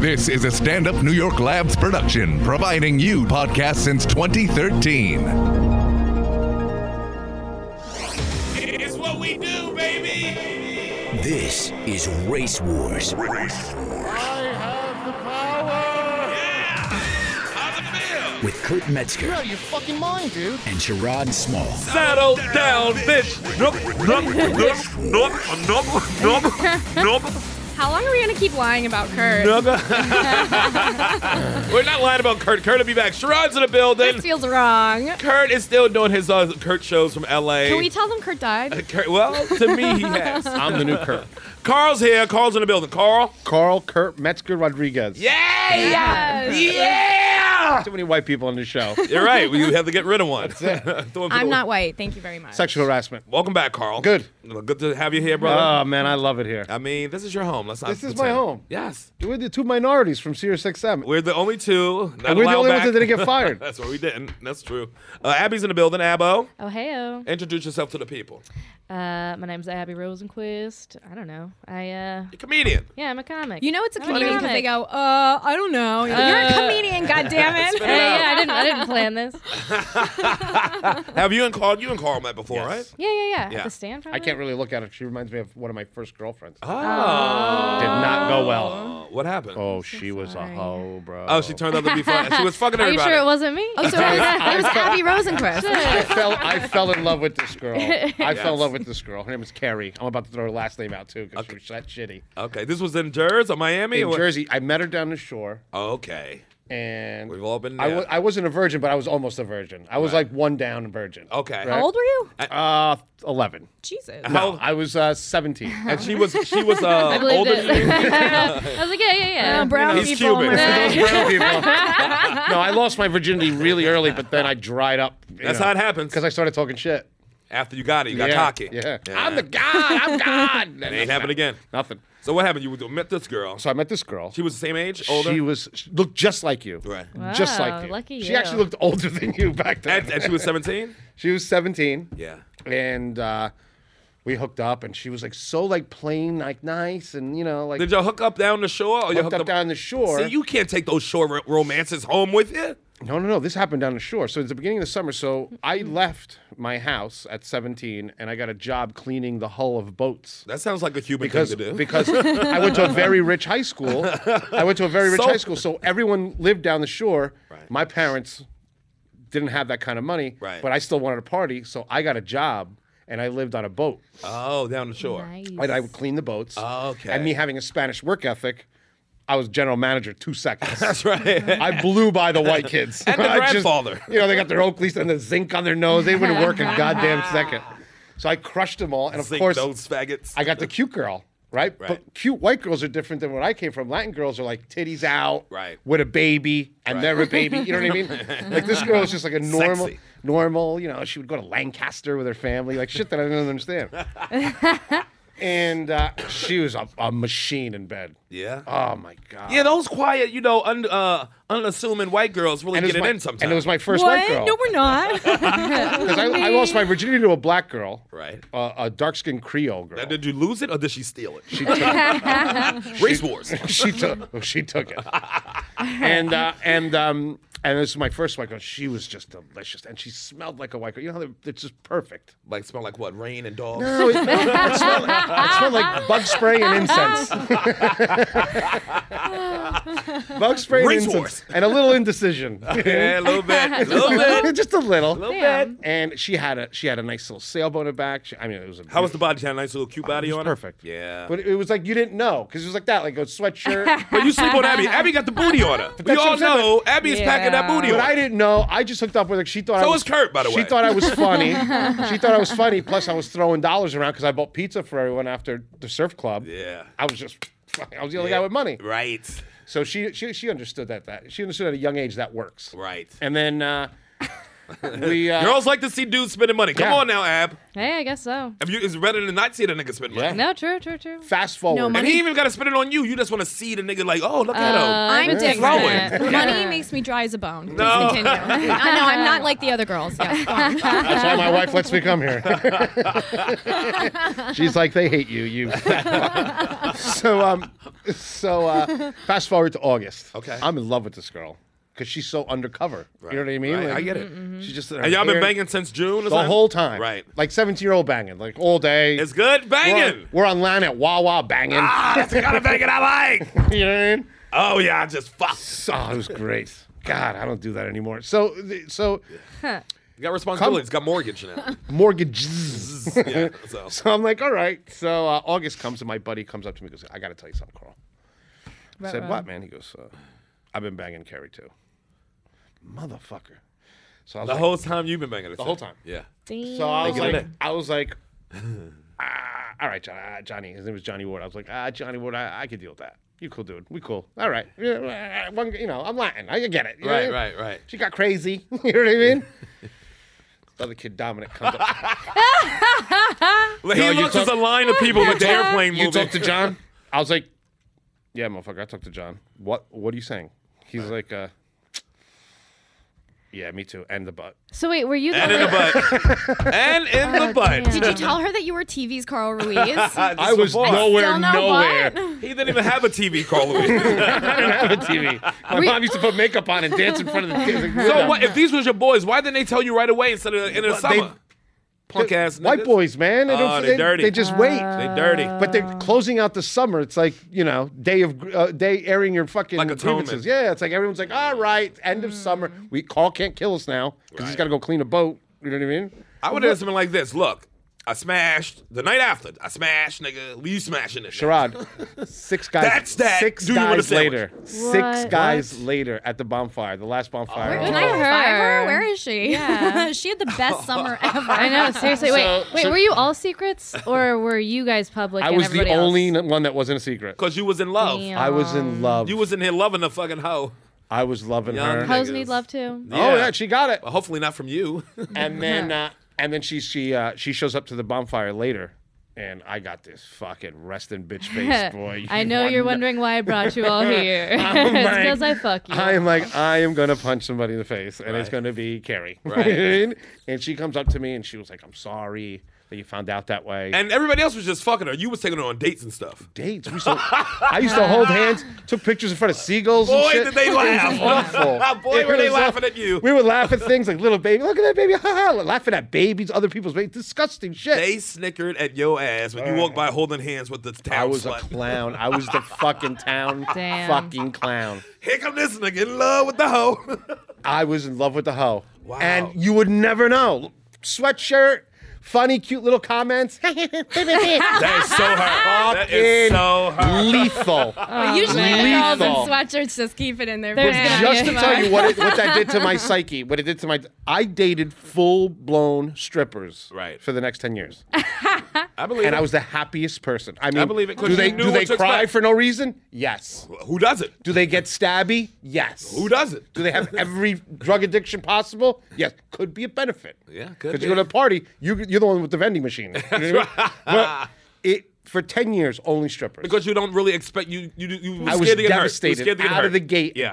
This is a stand up New York Labs production, providing you podcasts since 2013. It's what we do, baby. This is Race Wars How's it feel? with Kurt Metzger out of your fucking mind, dude. and Sherrod Small. Saddle down, bitch. Nope, nope, nope, nope, nope, nope, How long are we gonna keep lying about Kurt? nope. We're not lying about Kurt. Kurt will be back. Sherrod's in the building. This feels wrong. Kurt is still doing his uh, Kurt shows from LA. Can we tell them Kurt died? Kurt, well, to me, he has. I'm the new Kurt. Carl's here. Carl's in the building. Carl. Carl Kurt Metzger Rodriguez. Yeah. Yes. Yeah. Too many white people on this show. You're right. We have to get rid of one. Throwing I'm people- not white. Thank you very much. Sexual harassment. Welcome back, Carl. Good. Good to have you here, brother. Oh man, I love it here. I mean, this is your home. Let's not. This is pretend. my home. Yes. We're the two minorities from Sirius XM. We're the only two. not And we're the allowed only back. ones that didn't get fired. That's what we didn't. That's true. Uh, Abby's in the building. Abbo, Oh heyo. introduce yourself to the people. Uh, my name's Abby Rosenquist. I don't know. I uh, You're a comedian. yeah, I'm a comic. You know it's a I'm a comedian because they comic. go, uh, I don't know. You're, like, You're a comedian, goddammit. Uh, Spit it Hey, out. yeah, I didn't. I didn't plan this. Have you and Carl? You and Carl met before, right? Yeah, yeah, yeah. Yeah. At the stand. Probably. I can't really look at her. She reminds me of one of my first girlfriends. Did Oh. not go well. What happened? Oh, Oh, she was a hoe, bro. she turned out to be fun. She was fucking Are you everybody. sure it wasn't me? Oh, so it was, it was Abby Rosenquist. I fell. I fell in love with this girl. I fell in love with this girl. Her name is Carrie. I'm about to throw her last name out too because she was that shitty. Okay, this was in Jersey or Miami. In or- Jersey, I met her down the shore, Okay. and We've all been I, there. wa- I wasn't a virgin, but I was almost a virgin. I was like one down virgin. Okay. Right. How old were you? Uh, eleven. Jesus. Oh. No, I was uh, 17. And she was she was uh, I believed older. it. Than you. I was like, yeah, yeah, yeah. Uh, Um, brown He's people. am I Cuban. right? Those brown people. no, I lost my virginity really early, but then I dried up. That's how it happens. Because I started talking shit. After you got it, you got yeah, cocky. Yeah. Yeah. I'm the god. I'm God. It ain't happened again. Nothing. So what happened? You met this girl. So I met this girl. she was the same age, older. She was she looked just like you. Right. Just Wow, like you. lucky she you. actually looked older than you back then. and, and she was 17. she was 17. Yeah. And uh, we hooked up, and she was like so like plain, like nice, and you know like Did y'all hook up down the shore? Or you hooked up down the shore. See, you can't take those shore ro- romances home with you. No, no, no. This happened down the shore. So it's the beginning of the summer. So I left my house at 17 and I got a job cleaning the hull of boats. That sounds like a human Because, thing to do. because I went to a very rich high school. I went to a very rich So- high school. So everyone lived down the shore. Right. My parents didn't have that kind of money, Right. but I still wanted a party. So I got a job and I lived on a boat. oh, down the shore. And I would clean the boats. Okay. And me having a Spanish work ethic, I was general manager two seconds. That's right. I blew by the white kids. And the I grandfather. you know, they got their Oakleys and the zinc on their nose. They wouldn't work a goddamn second. So I crushed them all. And of Zink course, those faggots. I got the cute girl, right? Right. But cute white girls are different than what I came from. Latin girls are like titties out, Right. with a baby, and Right. they're a baby. You know what I mean? like this girl was just like a normal, Sexy. normal. You know, she would go to Lancaster with her family, like shit that I didn't understand. and uh, she was a, a machine in bed. yeah. Oh my god. yeah, those quiet, you know, un, uh, unassuming white girls really and it, get was it my, in sometimes. and it was my first white What? girl. No, we're not. Because I, I lost my virginity to a black girl. Right. A, a dark skinned Creole girl. Now, Uh, did you lose it or did she steal it? she, took, Race wars. she took oh, she took it. And uh, and um and this is my first white girl. She was just delicious, and she smelled like a white girl. You know, how they- it's just perfect. like smell like what? Rain and dogs. No, it, it smelled, it smelled like bug spray and incense. bug spray and Race incense, wars. and a little indecision. Yeah, a little bit. A little bit. just a little. Damn. And she had a she had a nice little sailboat in her back. She, I mean, it was a How was the body? She had a nice little cute body Oh, It was on her. perfect. Yeah. But it was like you didn't know because it was like that, like a sweatshirt. But you sleep on Abby. Abby got the booty on her. We that's all what I'm saying. know Abby is packing that Yeah. booty but on. I didn't know. I just hooked up with her. She thought So I was was Kurt, by the way. She thought I was funny. she thought I was funny. Plus, I was throwing dollars around because I bought pizza for everyone after the surf club. Yeah. I was just. I was the only guy with money, Right. so she she she understood that that she understood at a young age that works. Right. And then uh, we uh, Girls like to see dudes spending money. Come Yeah. on now, Ab. Hey, I guess so. If you, it's better than not see the nigga spend money. Yeah. No, true, true, true. fast forward. No And money. Uh, he even got to spend it on you. You just want to see the nigga like, oh, look at him. I'm It's different. different. Money makes me dry as a bone. Please No. continue. I know I'm not like the other girls. Yes, go on. That's why my wife lets me come here. She's like, they hate you. You. so um, so uh, fast forward to August. Okay. I'm in love with this girl because she's so undercover. You know what I mean? Right, I Like, get it. She's just uh, And y'all been banging since June or the something? whole time. Right. Like 17 year old banging, like all day. It's good banging. We're, we're on line at Wawa banging. Ah, that's the kind of banging I like. You know what I mean? Oh, yeah, I just fucked. So, oh, it was great. God, I don't do that anymore. So, so You got responsibilities, got mortgage now. mortgages. yeah, so. So I'm like, all right. So uh, August comes and my buddy comes up to me and goes, I got to tell you something, Carl. I said, Ruh-roh. what, man? He goes, uh, I've been banging Carrie too. Motherfucker. So I was The like, whole time you've been banging it. The whole time. Yeah. so I was Thinking like, of it. I was like, ah, all right, John, ah, Johnny. His name was Johnny Ward. I was like, ah, Johnny Ward, I, I could deal with that. You cool, dude. We cool. All right. Yeah, uh, One, you know, I'm Latin. I get it. You know? Right, right, right. She got crazy. you know what I mean? the other kid, Dominic, comes up. Well, No, he you launches talk- a line of people with the airplane you movie. talked to John? I was like, yeah, motherfucker, I talked to John. What What are you saying? He's like, uh, yeah, me too. And the butt. So wait, were you the and in the only- butt. and in the butt. damn. Oh, Did you tell her that you were TV's Carl Ruiz? Ah, this I was before. nowhere, Still no nowhere. butt? He didn't even have a TV, Carl Louis. I didn't have a TV. My mom used to put makeup on and dance in front of the kids. so what, if these was your boys, why didn't they tell you right away instead of in the they- summer? Punk ass White niggas. boys, man. They, Oh, don't, they they, dirty. they just wait. Uh, They dirty. but they're closing out the summer. It's like you know, day of gr- uh, day airing your fucking Like atonement. grievances. Yeah, it's like everyone's like, all right, end of summer. We call can't kill us now because he's got to go clean a boat. You know what I mean? I would have something like this. Look, I smashed the night after. I smashed, nigga. Leave smashing it. nigga. Sherrod, six guys. That's that. Six Do you want a guys sandwich? later. Six What? guys later at the bonfire, the last bonfire. Where- Can I Oh. revive her? Her. Where is she? Yeah. she had the best summer ever. I know. Seriously, wait, So- wait. so- were you all secrets, or were you guys public? I and was the everybody else? Um, only n- one that wasn't a secret. Cause you was in love. Damn. I was in love. You was in here loving the fucking hoe. I was loving Young her. Hoes niggas. need love too. Oh yeah, she got it. But hopefully not from you. and then uh, and then she she uh, she shows up to the bonfire later, and I got this fucking resting bitch face, boy. Um, I You know are you're not- wondering why I brought you all here. I'm it's like- because I fuck you. I am like, I am gonna punch somebody in the face, and it's gonna be Carrie. Right. and she comes up to me, and she was like, "I'm sorry that you found out that way." and everybody else was just fucking her. You was taking her on dates and stuff. dates. We used to, I used to hold hands, took pictures in front of seagulls. and Boy, shit. did they It was laugh. awful. Boy, It were they was laughing awful. at you. We would laugh at things like little baby, look at that baby, ha ha, laughing at babies, other people's babies, disgusting shit. They snickered at your ass when you walked by holding hands with the town I was a slut. clown. I was the fucking town Damn. fucking clown. Here come this nigga in love with the hoe. I was in love with the hoe. Wow. And you would never know. Sweatshirt, funny, cute little comments. that is so her. That is Fucking so her. Lethal. Usually the girls in Lethal. sweatshirts just keep it in there. There's Yeah. gonna Just to tell you what, it, what that did to my psyche, what it did to my. I dated full blown strippers Right. for the next 10 years. I believe. And it. I was the happiest person. I mean, believe it, 'cause do they, you knew do they what to cry expect. for no reason? Yes. Who does it? Do they get stabby? Yes. Who does it? Do they have every drug addiction possible? Yes. Could be a benefit. Yeah, could Because be. you go to a party, you, you're the one with the vending machine. You know what I mean? But it, for 10 years, only strippers. Because you don't really expect you. You you were I was scared to get hurt. You were devastated. scared to get out hurt. of the gate, Yeah.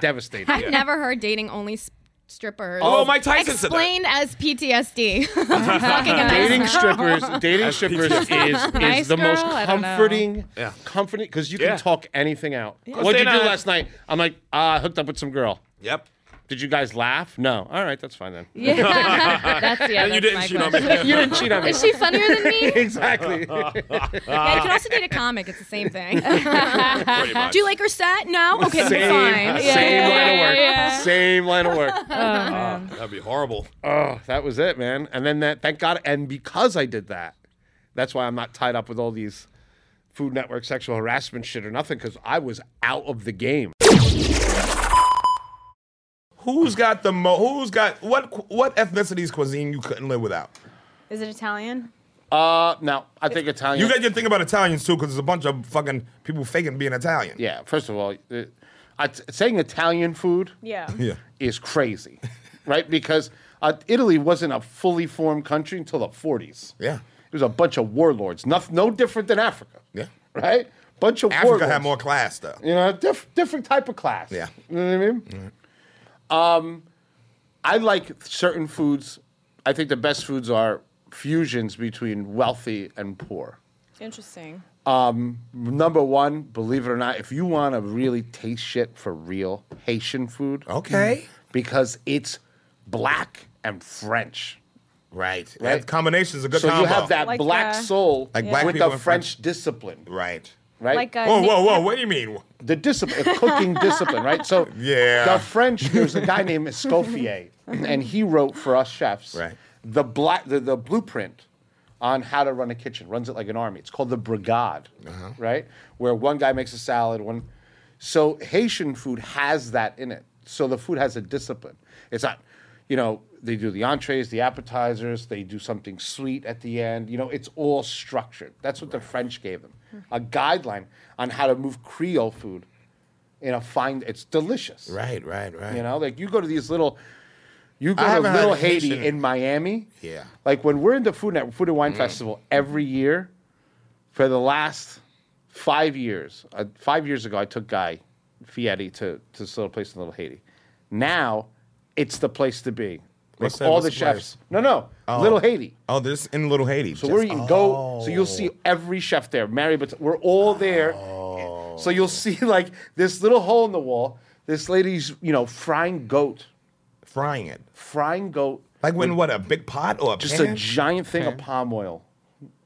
devastated. I've never heard dating only s- strippers. Oh, Mike Tyson said that. Explained as PTSD. Uh, Fucking amazing. dating strippers dating strippers is, is Nice the most girl? I don't know. comforting Yeah. comforting because you Yeah. can talk anything out Course what'd they you do not. last night i'm like uh, i hooked up with some girl Yep. did you guys laugh no all right that's fine then Yeah. that's yeah. And you that's didn't my shoot on question. me. you didn't cheat on me Is she funnier than me? exactly Yeah, you can also date a comic. It's the same thing. Pretty much. Do you like her set? No? Okay, same, fine. Yeah, same line yeah, yeah, of work yeah. same line of work That'd be horrible. oh that was it man and then that thank god and because i did that that's why i'm not tied up with all these food network sexual harassment shit or nothing because i was out of the game Who's got the mo? Who's got what? What ethnicity's cuisine you couldn't live without? Is it Italian? uh no i think italian You got your thing about Italians too, because there's a bunch of fucking people faking being Italian. Yeah, first of all, uh, I- saying Italian food Yeah. Yeah. is crazy, right? Because uh, Italy wasn't a fully formed country until the 40s. Yeah. It was a bunch of warlords. No, no different than Africa. Yeah. Right? Bunch of Africa warlords. had more class though. You know, diff- different type of class. Yeah. You know what I mean? Um, I like certain foods. I think the best foods are fusions between wealthy and poor. Um, Interesting. Number one, believe it or not, if you want to really taste shit for real, Haitian food. Okay. Because it's black and French. Right. Right. That combination's a good So combo. you have that Like, black uh, soul Like black with people the and French, French- discipline, Right. right? Like a Whoa, Nick whoa, whoa! What do you mean? the discipline, the cooking discipline, right? So Yeah. the French. There's a guy named Escoffier, and he wrote for us chefs Right. the black the, the blueprint on how to run a kitchen. Runs it like an army. It's called the brigade, right? Where one guy makes a salad, one. So Haitian food has that in it. So the food has a discipline. It's not, you know, they do the entrees, the appetizers, they do something sweet at the end. You know, it's all structured. That's what the French gave them, a guideline on how to move Creole food in a fine. It's delicious. Right, right, right. You know, like you go to these little, you go I to haven't Little had Haiti Haitian- in Miami. Yeah. Mm-hmm. Like when we're in the Food Network, Food and Wine Festival every year, for the last five years, uh, five years ago, I took Guy Fieri to, to this little place in Little Haiti. Now, it's the place to be. Like What's that- all what's the the chefs. No, no, Little Haiti. Oh, this in Little Haiti. So where you go, so you'll see every chef there. Mary, but we're all there. So you'll see like this little hole in the wall. This lady's, you know, frying goat, oh, frying it? frying goat, Like when what a big pot or a just a pan? giant thing of palm oil,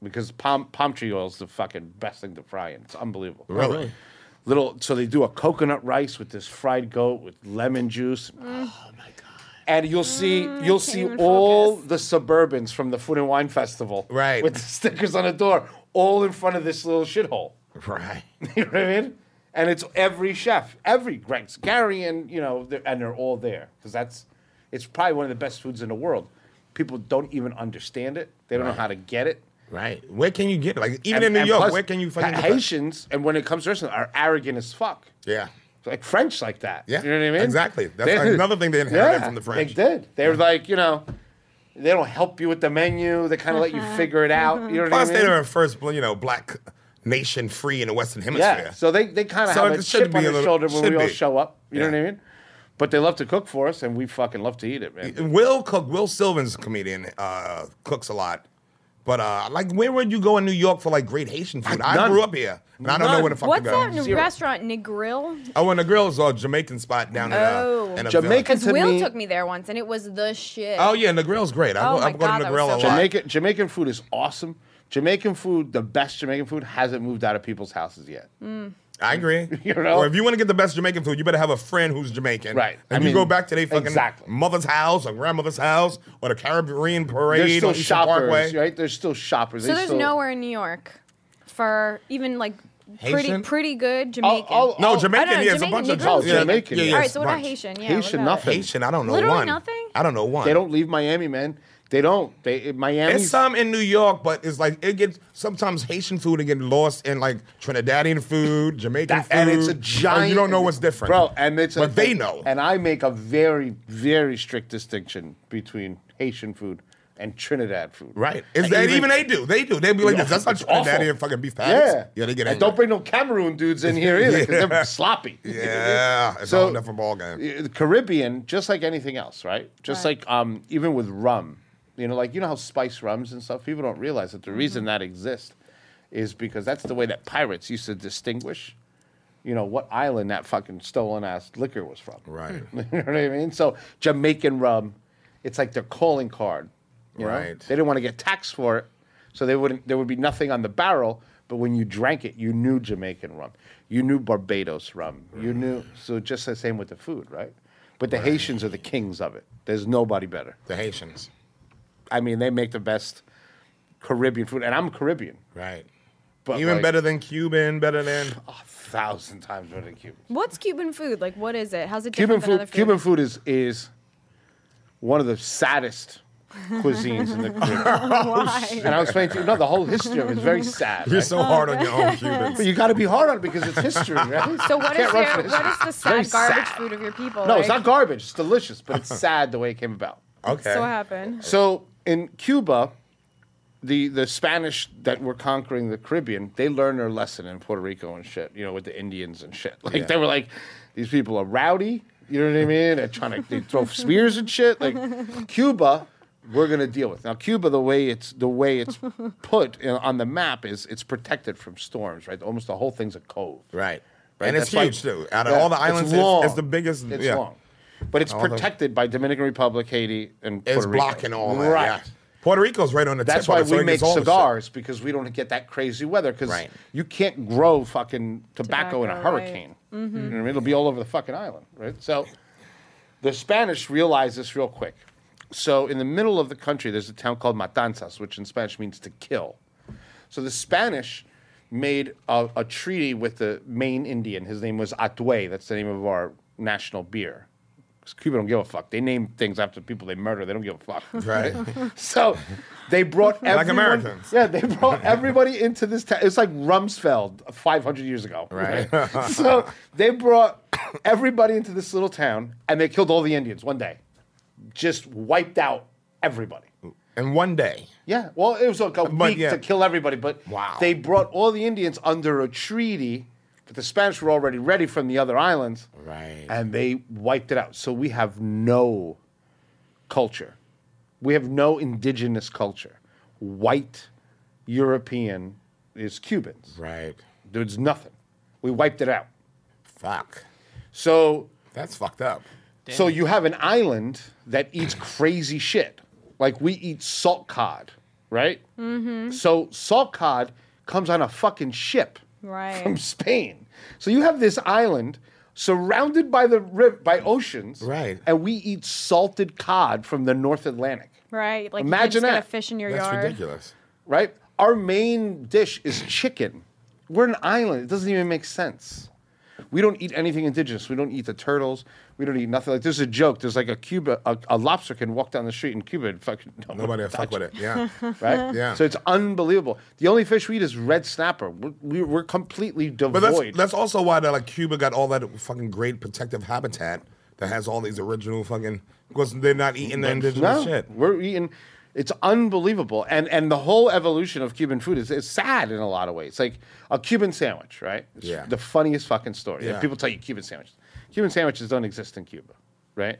because palm palm tree oil is the fucking best thing to fry in. It's unbelievable. Really? Little, so they do a coconut rice with this fried goat with lemon juice. Mm. Oh, And you'll see you'll see even all focus. the suburbans from the Food and Wine Festival, Right. with the stickers on the door, all in front of this little shithole. Right. You know what I mean? And it's every chef, every Greg's, Gary, and you know, they're, and they're all there because that's it's probably one of the best foods in the world. People don't even understand it; they don't know how to get it. Right. Where can you get it? Like even And- in New and York, plus, where can you find Ha- Haitians? And when it comes to restaurants, are arrogant as fuck. Yeah. Like French, like that. Yeah, you know what I mean? exactly. That's another thing they inherited from the French. They did. They were like, you know, they don't help you with the menu. They kind of let you figure it out. You know what Plus, I they mean? were the first, you know, black nation free in the Western Hemisphere. Yeah. So they, they kind of So have it a should chip be on a their little- shoulder when should we all be. show up. You know Yeah. what I mean? But they love to cook for us, and we fucking love to eat it, man. Will cook. Will Sylvan's a comedian uh, cooks a lot. But uh, like, where would you go in New York for like great Haitian food? I none. grew up here, and I don't know None. where the fuck What's to that go. new Zero. restaurant, Negril? Oh, and the girls are Jamaican spot down in, uh, Oh. in a Jamaican village. Because to Will me- took me there once, and it was the shit. Oh yeah, and the girl's great. I Oh, go, my I go God, to the that grill was a so lot. good. Jamaican Jamaican food is awesome. Jamaican food, the best Jamaican food, hasn't moved out of people's houses yet. I agree. You know? Or if you want to get the best Jamaican food, you better have a friend who's Jamaican. Right. I And you mean, go back to their fucking exactly. mother's house or grandmother's house or the Caribbean There's parade or still Eastern shoppers, Parkway. right? There's still shoppers. so They there's still- nowhere in New York for even like pretty Haitian? pretty good I'll- Jamaican. I'll- No, I'll- Jamaican, oh, I don't know, yeah, it's a Jamaican bunch of Negroes. Oh, Jamaican, All yes. Yeah, yeah, yeah, right, it's so a what about bunch. Haitian? Yeah, Haitian, what about it? nothing. Haitian, I don't know Literally one. nothing? I don't know one. They don't leave Miami, man. They don't. They Miami. It's some in New York, but it's like it gets sometimes Haitian food and get lost in like Trinidadian food, Jamaican That- food, and it's a or giant. You don't know what's different, bro. And it's but a, they know. And I make a very, very strict distinction between Haitian food and Trinidad food. right? Is And that even, they do? They do. They be like, Yeah. this. that's not It's awful. Trinidadian fucking beef patties. Yeah, yeah, they get And angry. don't bring no Cameroon dudes in here either. 'cause Yeah. They're sloppy. Yeah, it's a whole different ballgame. uh, The Caribbean, just like anything else, right? Just Right. like um, even with rum, you know, like you know how spice rums and stuff. People don't realize that the reason that exists is because that's the way that pirates used to distinguish, you know, what island that fucking stolen ass liquor was from. Right. you know what I mean? So Jamaican rum, it's like their calling card. You know? Right. They didn't want to get taxed for it, so they wouldn't. There would be nothing on the barrel. But when you drank it, you knew Jamaican rum, you knew Barbados rum, you knew. So just the same with the food, right? But the Haitians are the kings of it. There's nobody better. The Haitians. I mean, they make the best Caribbean food, and I'm Caribbean, Right. But, Even like- better than Cuban, better than a thousand times better than Cuban. What's Cuban food? Like, what is it? How's it Cuban different than food, other food? Cuban food is is one of the saddest cuisines in the Caribbean. Why? And I was explaining to you, no, the whole history of it is very sad. you're right? so hard on your own Cubans. But you got to be hard on it because it's history, right? So what is Can't run your, from what is the history. It's very sad garbage sad. food of your people? No, it's like? not garbage. It's delicious, but it's sad the way it came about. Okay. So what happened? So in Cuba, the the Spanish that were conquering the Caribbean, they learned their lesson in Puerto Rico and shit. You know, with the Indians and shit. Like they were like, these people are rowdy. You know what I mean? They're trying to they throw spears and shit. Like Cuba, we're gonna deal with now. Cuba, the way it's the way it's put in, on the map is it's protected from storms. Right, almost the whole thing's a cove. Right. Right, And it's that's why- huge too. Out of Yeah, all the it's islands, it's, long. it's the biggest. It's yeah. long, but it's the- protected by Dominican Republic, Haiti, and Puerto It's Rico. blocking all that. Right. yeah. Puerto Rico's right on the That's tip. of why it, so we it make gets all the shit. cigars because we don't get that crazy weather because Right. you can't grow fucking tobacco, in a Tobacco, right. Mm-hmm. hurricane. You know what I mean? It'll be all over the fucking island, right? So the Spanish realized this real quick. So in the middle of the country, there's a town called Matanzas, which in Spanish means to kill. So the Spanish made a, a treaty with the main Indian. His name was Atue. That's the name of our national beer. 'Cause Cuba don't give a fuck. They name things after people they murder. They don't give a fuck. Right. So they brought everyone, Americans. Yeah, they brought everybody into this town. It's like Rumsfeld 500 years ago. Right. so they brought everybody into this little town and they killed all the Indians one day. Just wiped out everybody. And one day. Yeah. Well, it was like a But, week yeah. to kill everybody, but Wow. they brought all the Indians under a treaty, but the Spanish were already ready from the other islands. Right. And they wiped it out. So we have no culture. We have no indigenous culture. White European is Cubans. Right. There's nothing. We wiped it out. Fuck. So That's fucked up. so you have an island that eats crazy shit. Like we eat salt cod, right? Mm-hmm. So salt cod comes on a fucking ship Right. from Spain. So you have this island surrounded by the riv- by oceans, Right. And we eat salted cod from the North Atlantic, Right. Like Imagine you just that. got a fish in your That's yard. ridiculous. right? Our main dish is chicken. We're an island. It doesn't even make sense. We don't eat anything indigenous. We don't eat the turtles. We don't eat nothing. Like there's a joke. There's like a Cuba, a, a lobster can walk down the street in Cuba and fucking no one Nobody will fuck touch with it. Yeah. right? Yeah. So it's unbelievable. The only fish we eat is red snapper. We're, we're- we're completely devoid. But that's that's also why that like Cuba got all that fucking great protective habitat that has all these original fucking because they're not eating the no, indigenous shit. we're eating. It's unbelievable, and and the whole evolution of Cuban food is, is sad in a lot of ways. Like a Cuban sandwich, right? It's Yeah. The funniest fucking story. Yeah. People tell you Cuban sandwiches. Cuban sandwiches don't exist in Cuba, right?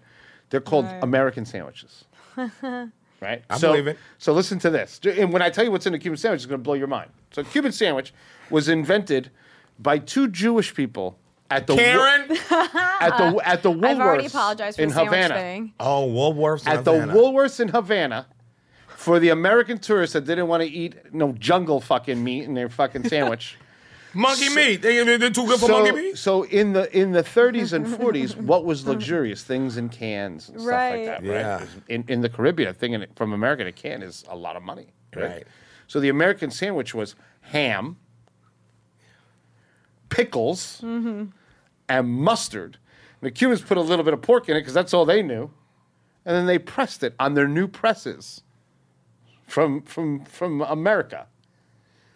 They're called Right. American sandwiches, right? I so, believe it. So listen to this, and when I tell you what's in a Cuban sandwich, it's going to blow your mind. So a Cuban sandwich was invented by two Jewish people at the wo- Karen. at the at the Woolworths I've already apologized for in the sandwich Havana thing. Oh, Woolworths at the Havana. Woolworths in Havana for the American tourists that didn't want to eat no jungle fucking meat in their fucking sandwich. monkey meat. They, are too good for monkey so, meat. so in the in the 30s and 40s, what was luxurious? Things in cans and Right. stuff like that, Yeah. right? In, in the Caribbean, a thing in, from America to can is a lot of money, right? Right. So the American sandwich was ham, pickles, and mustard. And the Cubans put a little bit of pork in it because that's all they knew, and then they pressed it on their new presses from from from America.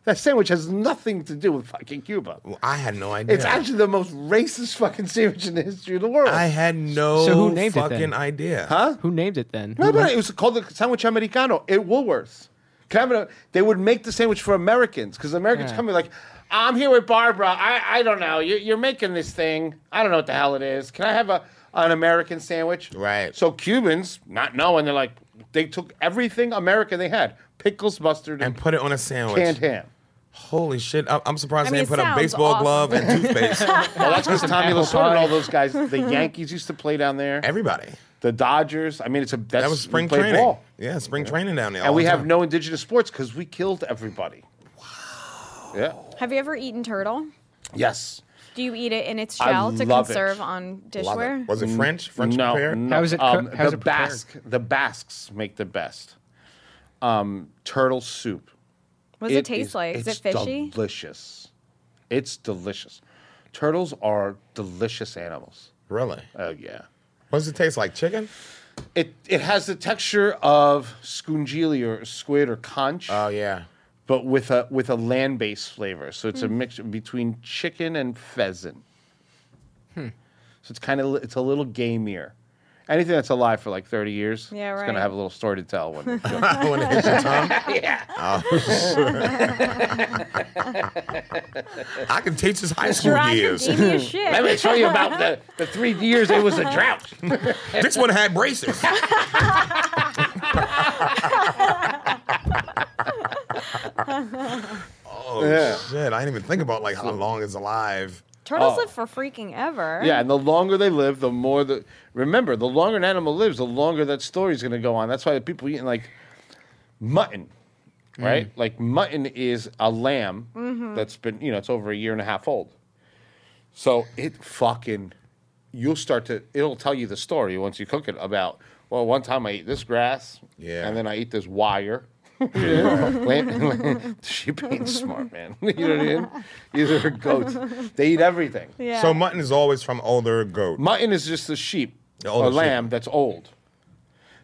That sandwich has nothing to do with fucking Cuba. Well, I had no idea. It's actually the most racist fucking sandwich in the history of the world. I had no So who named it then? fucking idea. Huh? Who named it then? no, Who- but it was called the sandwich americano at Woolworths. Can I have a- They would make the sandwich for Americans because Americans Yeah. come in like, I'm here with Barbara. I, I don't know. You're, you're making this thing. I don't know what the hell it is. Can I have a an American sandwich? Right. So Cubans, not knowing, they're like, they took everything American they had pickles, mustard, And and, put it on a sandwich. canned ham. Holy shit! I- I'm surprised I they mean, didn't put it a sounds baseball awesome. glove and toothpaste. Well, that's because Tommy apple Lasorda and pie. all those guys, the Yankees used to play down there. Everybody. the Dodgers. I mean, it's a that's, That was spring we played training. ball. Yeah, spring training down there. all and we the have time. no indigenous sports because we killed everybody. Yeah. Have you ever eaten turtle? Yes. Do you eat it in its I shell to love it. conserve on Love it. dishware? Was it French? French no. prepared? no. How is it Um, cook- how's the it prepared? Basque. The Basques make the best um, turtle soup. What does it, is- taste like? Is it it's fishy? Delicious. It's delicious. Turtles are delicious animals. Really? Oh yeah. What does it taste like? Chicken? It it has the texture of scungili or squid or conch. Oh yeah. but with a with a land based flavor. So it's a Hmm. mixture between Hmm. chicken and pheasant. So it's kind of it's a little gamier, anything that's alive for like 30 years, Yeah, it's gonna right. have a little story to tell. When I want to hit your tongue. yeah, I can taste his high school Veronica years. gave me a shit. let me tell you about the, the three years it was a drought. This one had braces. oh Yeah. shit! I didn't even think about like how long it's alive. Turtles Oh. live for freaking ever. Yeah, and the longer they live, the more the remember, the longer an animal lives, the longer that story's gonna go on. That's why the people eating like mutton, right? Like mutton is a lamb that's been you know it's over a year and a half old. So it fucking you'll start to it'll tell you the story once you cook it about well one time I ate this grass Yeah. and then I ate this wire. Land- Sheep ain't smart, man. you know what I mean? These are goats. They eat everything. Yeah. So mutton is always from older goat. Mutton is just the sheep The or older sheep. lamb that's old.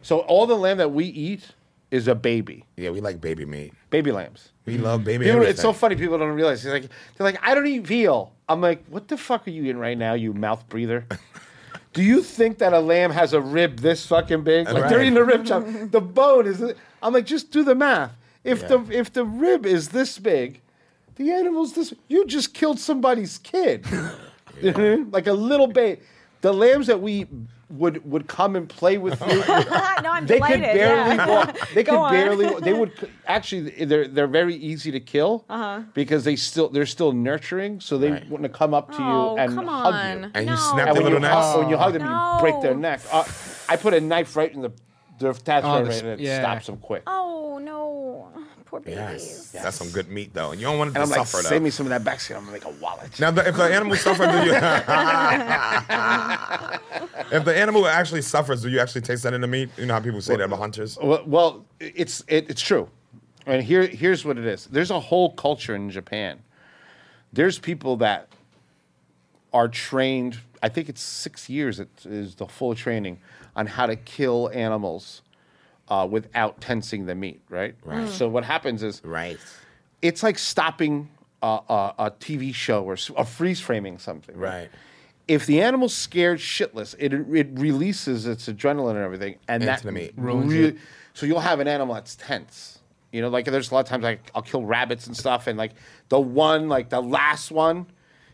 So all the lamb that we eat is a baby, Yeah, we like baby meat. baby lambs. We love baby. People- everything. it's so funny. People don't realize. They're like, they're like, I don't eat veal. I'm like, what the fuck are you eating right now, you mouth breather? Do you think that a lamb has a rib this fucking big? Like they're Right. eating a rib chop. The bone is. I'm like, just do the math. If the if the rib is this big, the animal's this. You just killed somebody's kid, You know what I mean? like a little baby. The lambs that we would would come and play with you no, I'm they delighted. could barely yeah. walk. They Go could on. barely. They would actually. They're they're very easy to kill Uh-huh. because they still they're still nurturing, so they Right. wouldn't come up to you Oh, and come hug on. you. And you no. snap And the when you, little hug, necks. when you hug them, you break their No. neck. Uh, I put a knife right in the their tattoo Oh, right this- in and it yeah. stops them quick. Oh no, poor Yes. babies. that's some good meat though. You don't want it to and I'm like, suffer save though. me some of that back skin. I'm gonna make a wallet. Now, the, if the animal suffers, do you? if the animal actually suffers, do you actually taste that in the meat? You know how people say that about hunters. Well, well it's it, it's true, and here here's what it is. There's a whole culture in Japan. There's people that are trained. I think it's six years. It is the full training on how to kill animals uh, without tensing the meat. Right. Right. So what happens is Right. it's like stopping a, a, a TV show or s- or freeze framing something. Right. If the animal's scared shitless, it it releases its adrenaline and everything, and Into that the meat. Ruins rea- it. So you'll have an animal that's tense. You know, like there's a lot of times like I'll kill rabbits and stuff, and like the one, like the last one,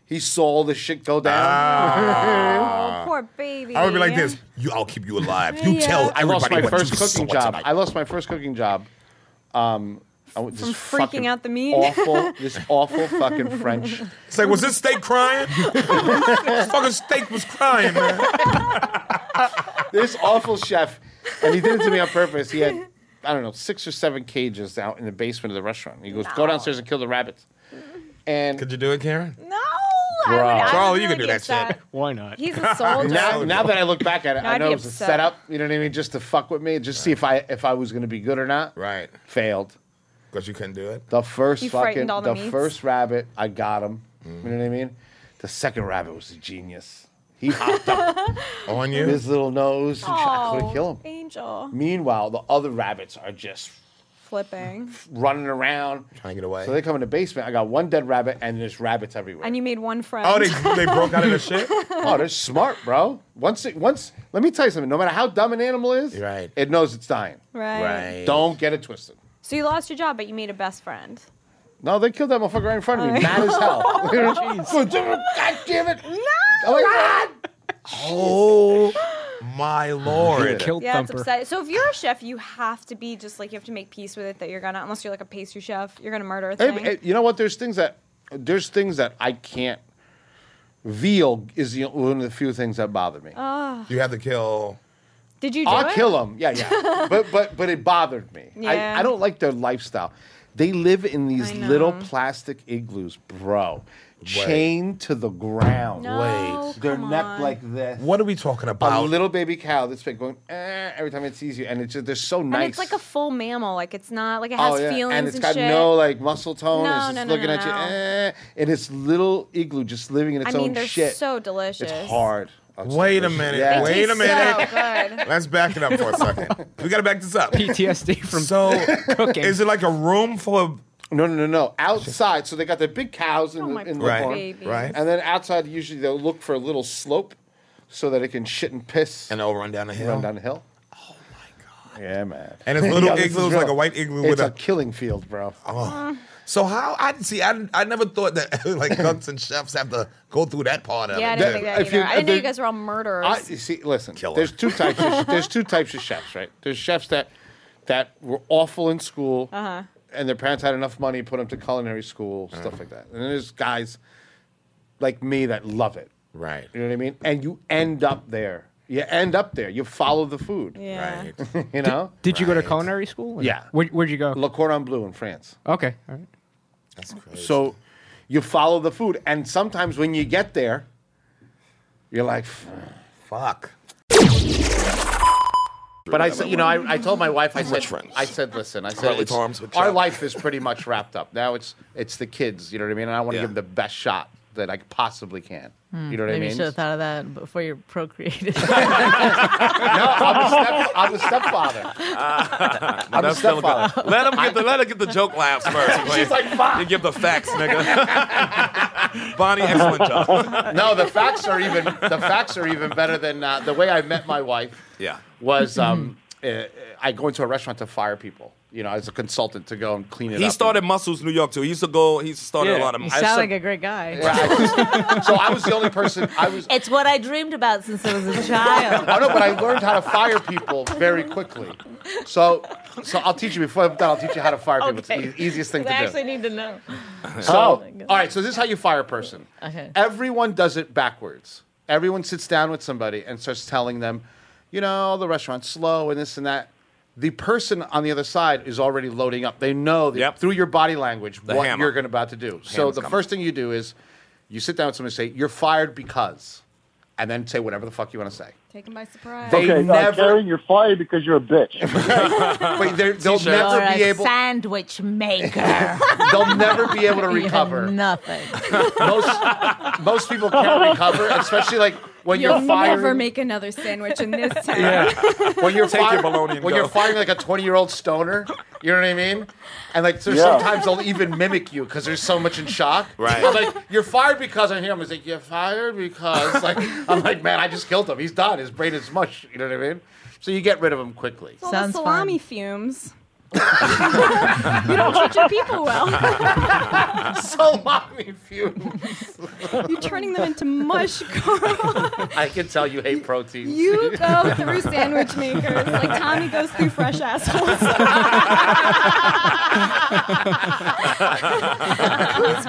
he saw all the shit go down. Oh, poor baby. I would be like this. You, I'll keep you alive. You Yeah. tell I lost everybody my what first you cooking saw job. tonight. I lost my first cooking job. Um, I was just freaking fucking out the meat? Awful, this awful fucking French. It's like, was this steak crying? this fucking steak was crying, man. this awful chef, and he did it to me on purpose. He had, I don't know, six or seven cages out in the basement of the restaurant. He goes, "Go downstairs and kill the rabbits." Could And you do it, Karen? No, I would, I would Bro, you really can do be that upset. shit. Why not? He's a soldier. now, now that I look back at it, No, I I'd know be it was a upset. setup. You know what I mean? Just to fuck with me, just see if I if I was going to be good or not. Right. Failed. Because you couldn't do it. The first You frightened fucking all the the, meats? first rabbit, I got him. Mm. You know what I mean? The second rabbit was a genius. He hopped up On with you. his little nose. And shit. I couldn't kill him. Angel. Meanwhile, the other rabbits are just Flipping. running around. Trying to get away. So they come in the basement. I got one dead rabbit, and there's rabbits everywhere. And you made one friend. Oh, they, they broke out of the shit? oh, they're smart, bro. Once, it, once, let me tell you something. No matter how dumb an animal is, Right. it knows it's dying. right. Don't get it twisted. So you lost your job, but you made a best friend. No, they killed that motherfucker right in front of me. Mad as hell. You know? God damn it! No. Oh, my lord. Kill Yeah, it's thumper. upsetting. So if you're a chef, you have to be just like you have to make peace with it that you're gonna, unless you're like a pastry chef, you're gonna murder a Hey, thing. hey, you know what? There's things that there's things that I can't. Veal is the, one of the few things that bother me. You have to kill. Did you do I'll it? kill them. Yeah, yeah. but but but it bothered me. Yeah. I, I don't like their lifestyle. They live in these I know. little plastic igloos, bro. Chained to the ground. No, Their come neck on. like this. What are we talking A about? little baby cow that's been going eh, every time it sees you, and it's just, they're so nice. And it's like a full mammal. Like it's not like it has Oh, yeah. feelings and it's got shit. no like muscle tone. No, it's just no, no, looking no, at you, no. eh, and it's little igloo just living in its I mean, own they're shit. so delicious. It's hard. Oh, it's Wait a delicious. minute. Yeah. Wait a Tastes minute. So good. Let's back it up for a second. We got to back this up. PTSD from So, cooking. is it like a room full of. No, no, no, no. Outside, so they got their big cows in Oh, the my in the poor Right. barn. baby. Right. And then outside, usually they'll look for a little slope. so that it can shit and piss And it'll run down the hill. run down the hill. Oh my god. Yeah, man. And it's little this is igloos, real. like a white igloo It's with a, a- Oh, killing field, bro. So how I see I, I never thought that like cooks and chefs have to go through that part of Yeah, I it. didn't think that if either. you- I didn't know if you they- guys were all murderers. I you see. Listen, Killer. there's two types. Of, there's two types of chefs, right? There's chefs that that were awful in school, and their parents had enough money, put them to culinary school, stuff Mm. like that. And then there's guys like me that love it. Right. You know what I mean? And you end up there. You end up there. You follow the food. yeah. Right. You know, Did you go to Right. culinary school? Yeah. Where, where'd you go? Le Cordon Bleu in France. okay. All right. That's crazy. So you follow the food, and sometimes when you get there, you're like. "F- fuck. But I said, you know, I, I told my wife, I said, friends. I said, listen, I said, Partly it's- Tom's with our Chuck. life is pretty much wrapped up now. It's it's the kids, you know what I mean, and I want to Yeah. give them the best shot that I possibly can. You know Hmm. what Maybe I you mean? should have thought of that before you procreated. No, I'm a, step, I'm a stepfather. I'm a That's still stepfather. good. Let him get the let her get the joke laughs first. She's like, "Fuck." You give the facts, nigga. Bonnie, excellent job. No, the facts are even the facts are even better than uh, the way I met my wife. Yeah. was um, uh, I go into a restaurant to fire people. You know, as a consultant to go and clean it up. He started Muscles New York too. He used to go. He started a Yeah. lot of. you I sound said- like a great guy. Yeah, I- so I was the only person. I was It's what I dreamed about since I was a child. I know, but I learned how to fire people very quickly. So, so I'll teach you before I'm done. I'll teach you how to fire people. Okay. It's the e- easiest thing I to actually do. need to know. So, Oh my God. all right. So this is how you fire a person. Okay. Everyone does it backwards. Everyone sits down with somebody and starts telling them, you know, the restaurant's slow and this and that. The person on the other side is already loading up. They know that Yep. through your body language The what hammer. you're going about to do. so Hammer's the coming. first thing you do is you sit down with somebody and say, "You're fired because," and then say whatever the fuck you want to say. Take him by surprise. They Okay, uh, never- Karen, you're fired because you're a bitch. But they're- they'll T-shirt. never You're be a able. sandwich maker. They'll never be able to You're recover. nothing. Most most people can't recover, especially like when you're Oh. You'll firing. never make another sandwich in this town. when you're Take your firing, bologna and when go. you're firing like a 20 year old stoner. You know what I mean? And like, so Yeah. sometimes they'll even mimic you because there's so much in shock. Right. It's like you're fired because I'm here. I'm like, you're fired because like I'm like, man, I just killed him. He's done. His brain is mush. You know what I mean? So you get rid of him quickly. All Sounds the salami fun. fumes. you don't treat your people well. So mommy fumes. You're turning them into mush, Carl. I can tell you hate protein. You go through sandwich makers like Tommy goes through fresh assholes.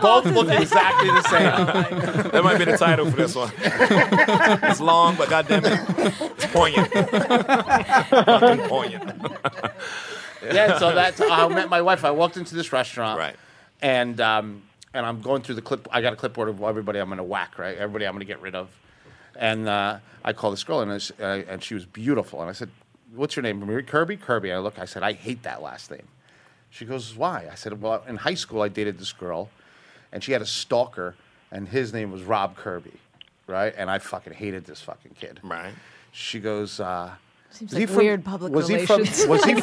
Both look exactly the same. That might be the title for this one. it's long, but goddamn it, it's poignant. Fucking poignant. yeah, so that's how I met my wife. I walked into this restaurant, Right. And um, and I'm going through the clip. I got a clipboard of everybody I'm going to whack, right? Everybody I'm going to get rid of. And uh, I called this girl, and I s- uh, and she was beautiful. And I said, "What's your name, Marie Kirby?" Kirby. And I look. I said, "I hate that last name." She goes, "Why?" I said, "Well, in high school, I dated this girl, and she had a stalker, and his name was Rob Kirby, right? And I fucking hated this fucking kid, Right. she goes, uh, Seems was like weird public was He relations. from, was he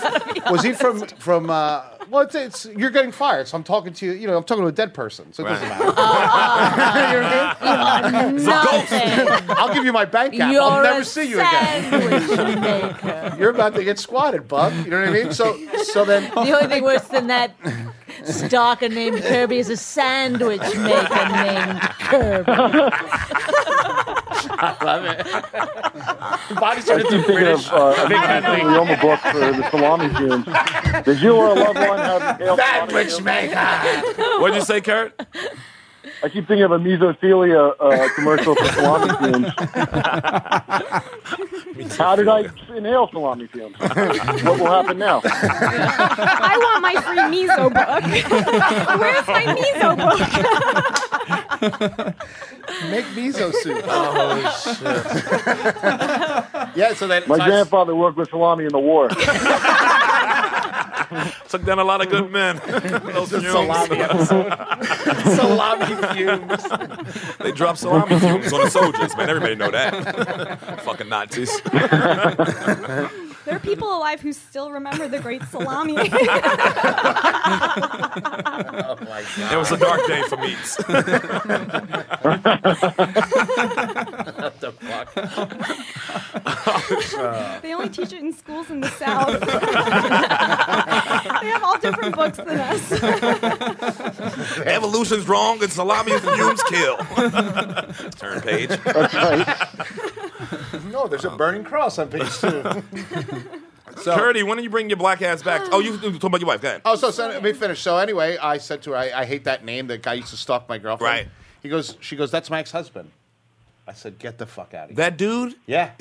was he from from? Uh, well, it's, it's you're getting fired, so I'm talking to you. You know, I'm talking to a dead person, so it doesn't Right. matter. Um, Uh-huh. Nothing. I'll give you my bank app. You're I'll never a see you again. sandwich maker. You're about to get squatted, bub. You know what I mean? So so then The only thing worse than that stalker named Kirby is a sandwich maker named Kirby. I love it. Body started I'm to thinking British. of uh, Big a Henry. Leoma book for the salami fumes. Did you or a loved one have male salami Sandwich fumes? maker. What'd you say, Kurt? I keep thinking of a mesophilia uh, commercial for salami fumes. How did I inhale salami fumes? what will happen now? I want my free miso book. Where's my miso book? Make miso soup. Oh shit. yeah. So then My so I- grandfather worked with salami in the war. Took down a lot of good men. Those fumes. salami episode. salami fumes. They dropped salami fumes on the soldiers, man. Everybody know that. Fucking Nazis. There are people alive who still remember the great salami. Oh my god. It was a dark day for meats. what the fuck? They only teach it in schools in the South. they have all different books than us. Evolution's wrong and salami and fumes kill. Turn page. No, there's a burning cross on page two. so, Curdy, when do you bring your black ass back? Oh, you you talking about your wife? Go ahead. Oh, so, so let me finish. So anyway, I said to her, I, I hate that name. That guy used to stalk my girlfriend. Right. He goes, she goes, that's my ex-husband. I said, get the fuck out of here. That dude? yeah.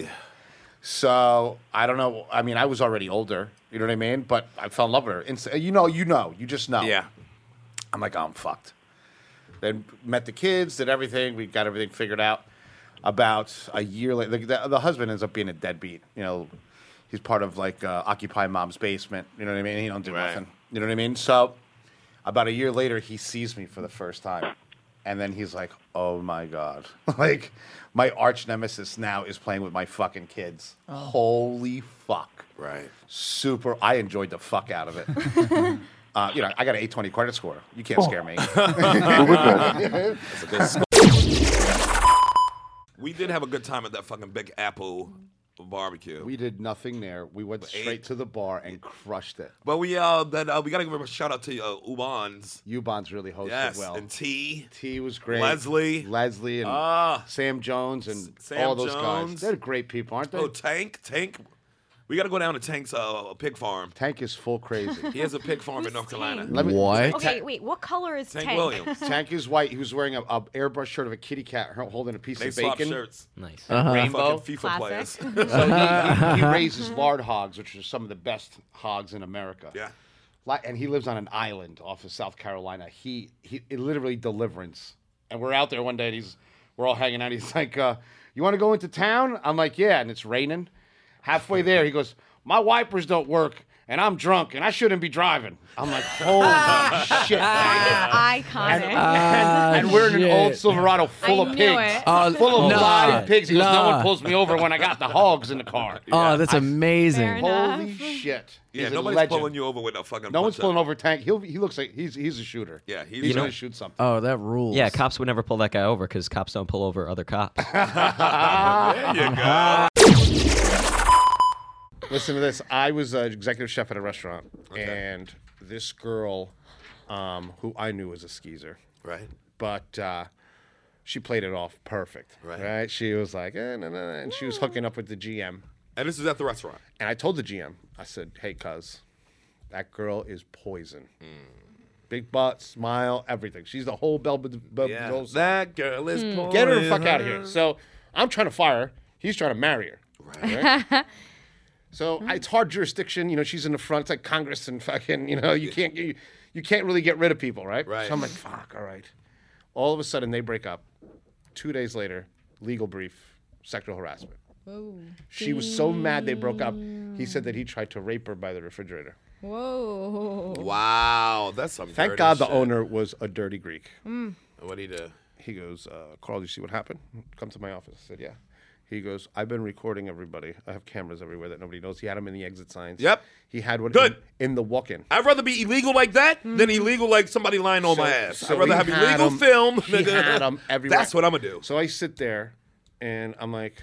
So I don't know. I mean, I was already older. You know what I mean? But I fell in love with her. Inst- you know, you know, you just know. Yeah. I'm like, oh, I'm fucked. Then met the kids, did everything. We got everything figured out. About a year later, the, the, the husband ends up being a deadbeat. You know, he's part of like uh, Occupy Mom's basement. You know what I mean? He don't do Right. nothing. You know what I mean? So, about a year later, he sees me for the first time, and then he's like, "Oh my god!" like, my arch nemesis now is playing with my fucking kids. Holy fuck! Right. super. I enjoyed the fuck out of it. uh, you know, I got an eight twenty credit score. You Oh. can't scare me. We did have a good time at that fucking Big Apple barbecue. we did nothing there. We went straight to the bar and crushed it. but we uh, then uh, we gotta give a shout out to uh, Ubans. Ubon's really hosted Yes, Oh, well. and T. T was great. Leslie. Leslie, and Ah. Sam Jones, and Sam all those Jones. guys. They're great people, aren't they? Oh, Tank, Tank. We gotta go down to Tank's uh, pig farm. Tank is full crazy. He has a pig farm in North Who's Carolina. Tank? Let me, What? Okay, wait. What color is Tank, Tank? Williams. Tank is white. He was wearing a, a airbrush shirt of a kitty cat her- holding a piece They of swap bacon. shirts. Nice. Fucking FIFA Uh-huh. Classic. players. So he, he raises lard hogs, which are some of the best hogs in America. yeah. Li- and he lives on an island off of South Carolina. He he it literally deliverance. And we're out there one day and he's we're all hanging out. He's like, uh, you want to go into town? I'm like, yeah, and it's raining. Halfway there, he goes, My wipers don't work and I'm drunk and I shouldn't be driving. I'm like, holy shit. man." Iconic. and we're in an old shit. Silverado full I of knew pigs. it. Oh, Full of nah, live pigs because no one nah. pulls me over when I got the hogs in the car. Oh, that's Fair amazing. enough. Holy shit. Yeah, He's a nobody's legend. pulling you over with no fucking No one's punch-up. pulling over Tank. He'll, he looks like he's he's a shooter. Yeah, he's- he's, You know- uh, gonna shoot something. Oh, that rules. Yeah, cops would never pull that guy over because cops don't pull over other cops. There you go. Listen to this. I was an executive chef at a restaurant, and this girl, um, who I knew was a skeezer, Right. but uh, she played it off perfect. Right. She was like, eh, nah, nah, nah, and she was hooking up with the GM. And this is at the restaurant. And I told the GM, I said, hey, cuz, that girl is poison. Hmm. Big butt, smile, everything. She's the whole Bell Bell's. That girl is Hmm. pulling. Get her the fuck out of here. So I'm trying to fire her. He's trying to marry her. Right. so Mm. I- it's hard jurisdiction. You know, she's in the front. It's like Congress and fucking, you know, you can't you, you can't really get rid of people, right? Right. So I'm like, fuck, all right. All of a sudden they break up. Two days later, legal brief, sexual harassment. Whoa. She was so mad they broke up. He said that he tried to rape her by the refrigerator. Whoa. Wow, that's some. Thank dirty God the shit. owner was a dirty Greek. What he do? He goes, uh, Carl, you see what happened? Come to my office. I said, yeah. He goes, I've been recording everybody. I have cameras everywhere that nobody knows. He had them in the exit signs. Yep. He had one Good. In, in the walk-in. I'd rather be illegal like that than illegal like somebody lying on my ass. I'd rather Hmm. have he had illegal 'em- film. He had 'em everywhere. That's what I'm gonna do. So I sit there, and I'm like,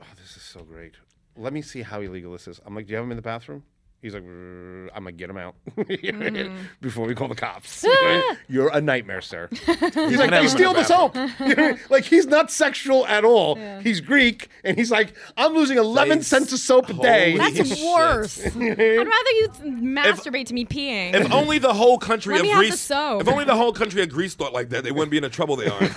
oh, this is so great. Let me see how illegal this is. I'm like, do you have him in the bathroom? He's like, "Rrr." I'm like, get him out before we call the cops. Mm. You're a nightmare, sir. He's like, they him in steal the this soap. like, he's not sexual at all. He's Greek, and he's like, I'm losing 11 Nice. cents of soap a day. Holy That's worse. I'd rather you masturbate to me peeing. If only the whole country Let of me have the Greece. soap. If only the whole country of Greece thought like that, they wouldn't be in the trouble they are. in.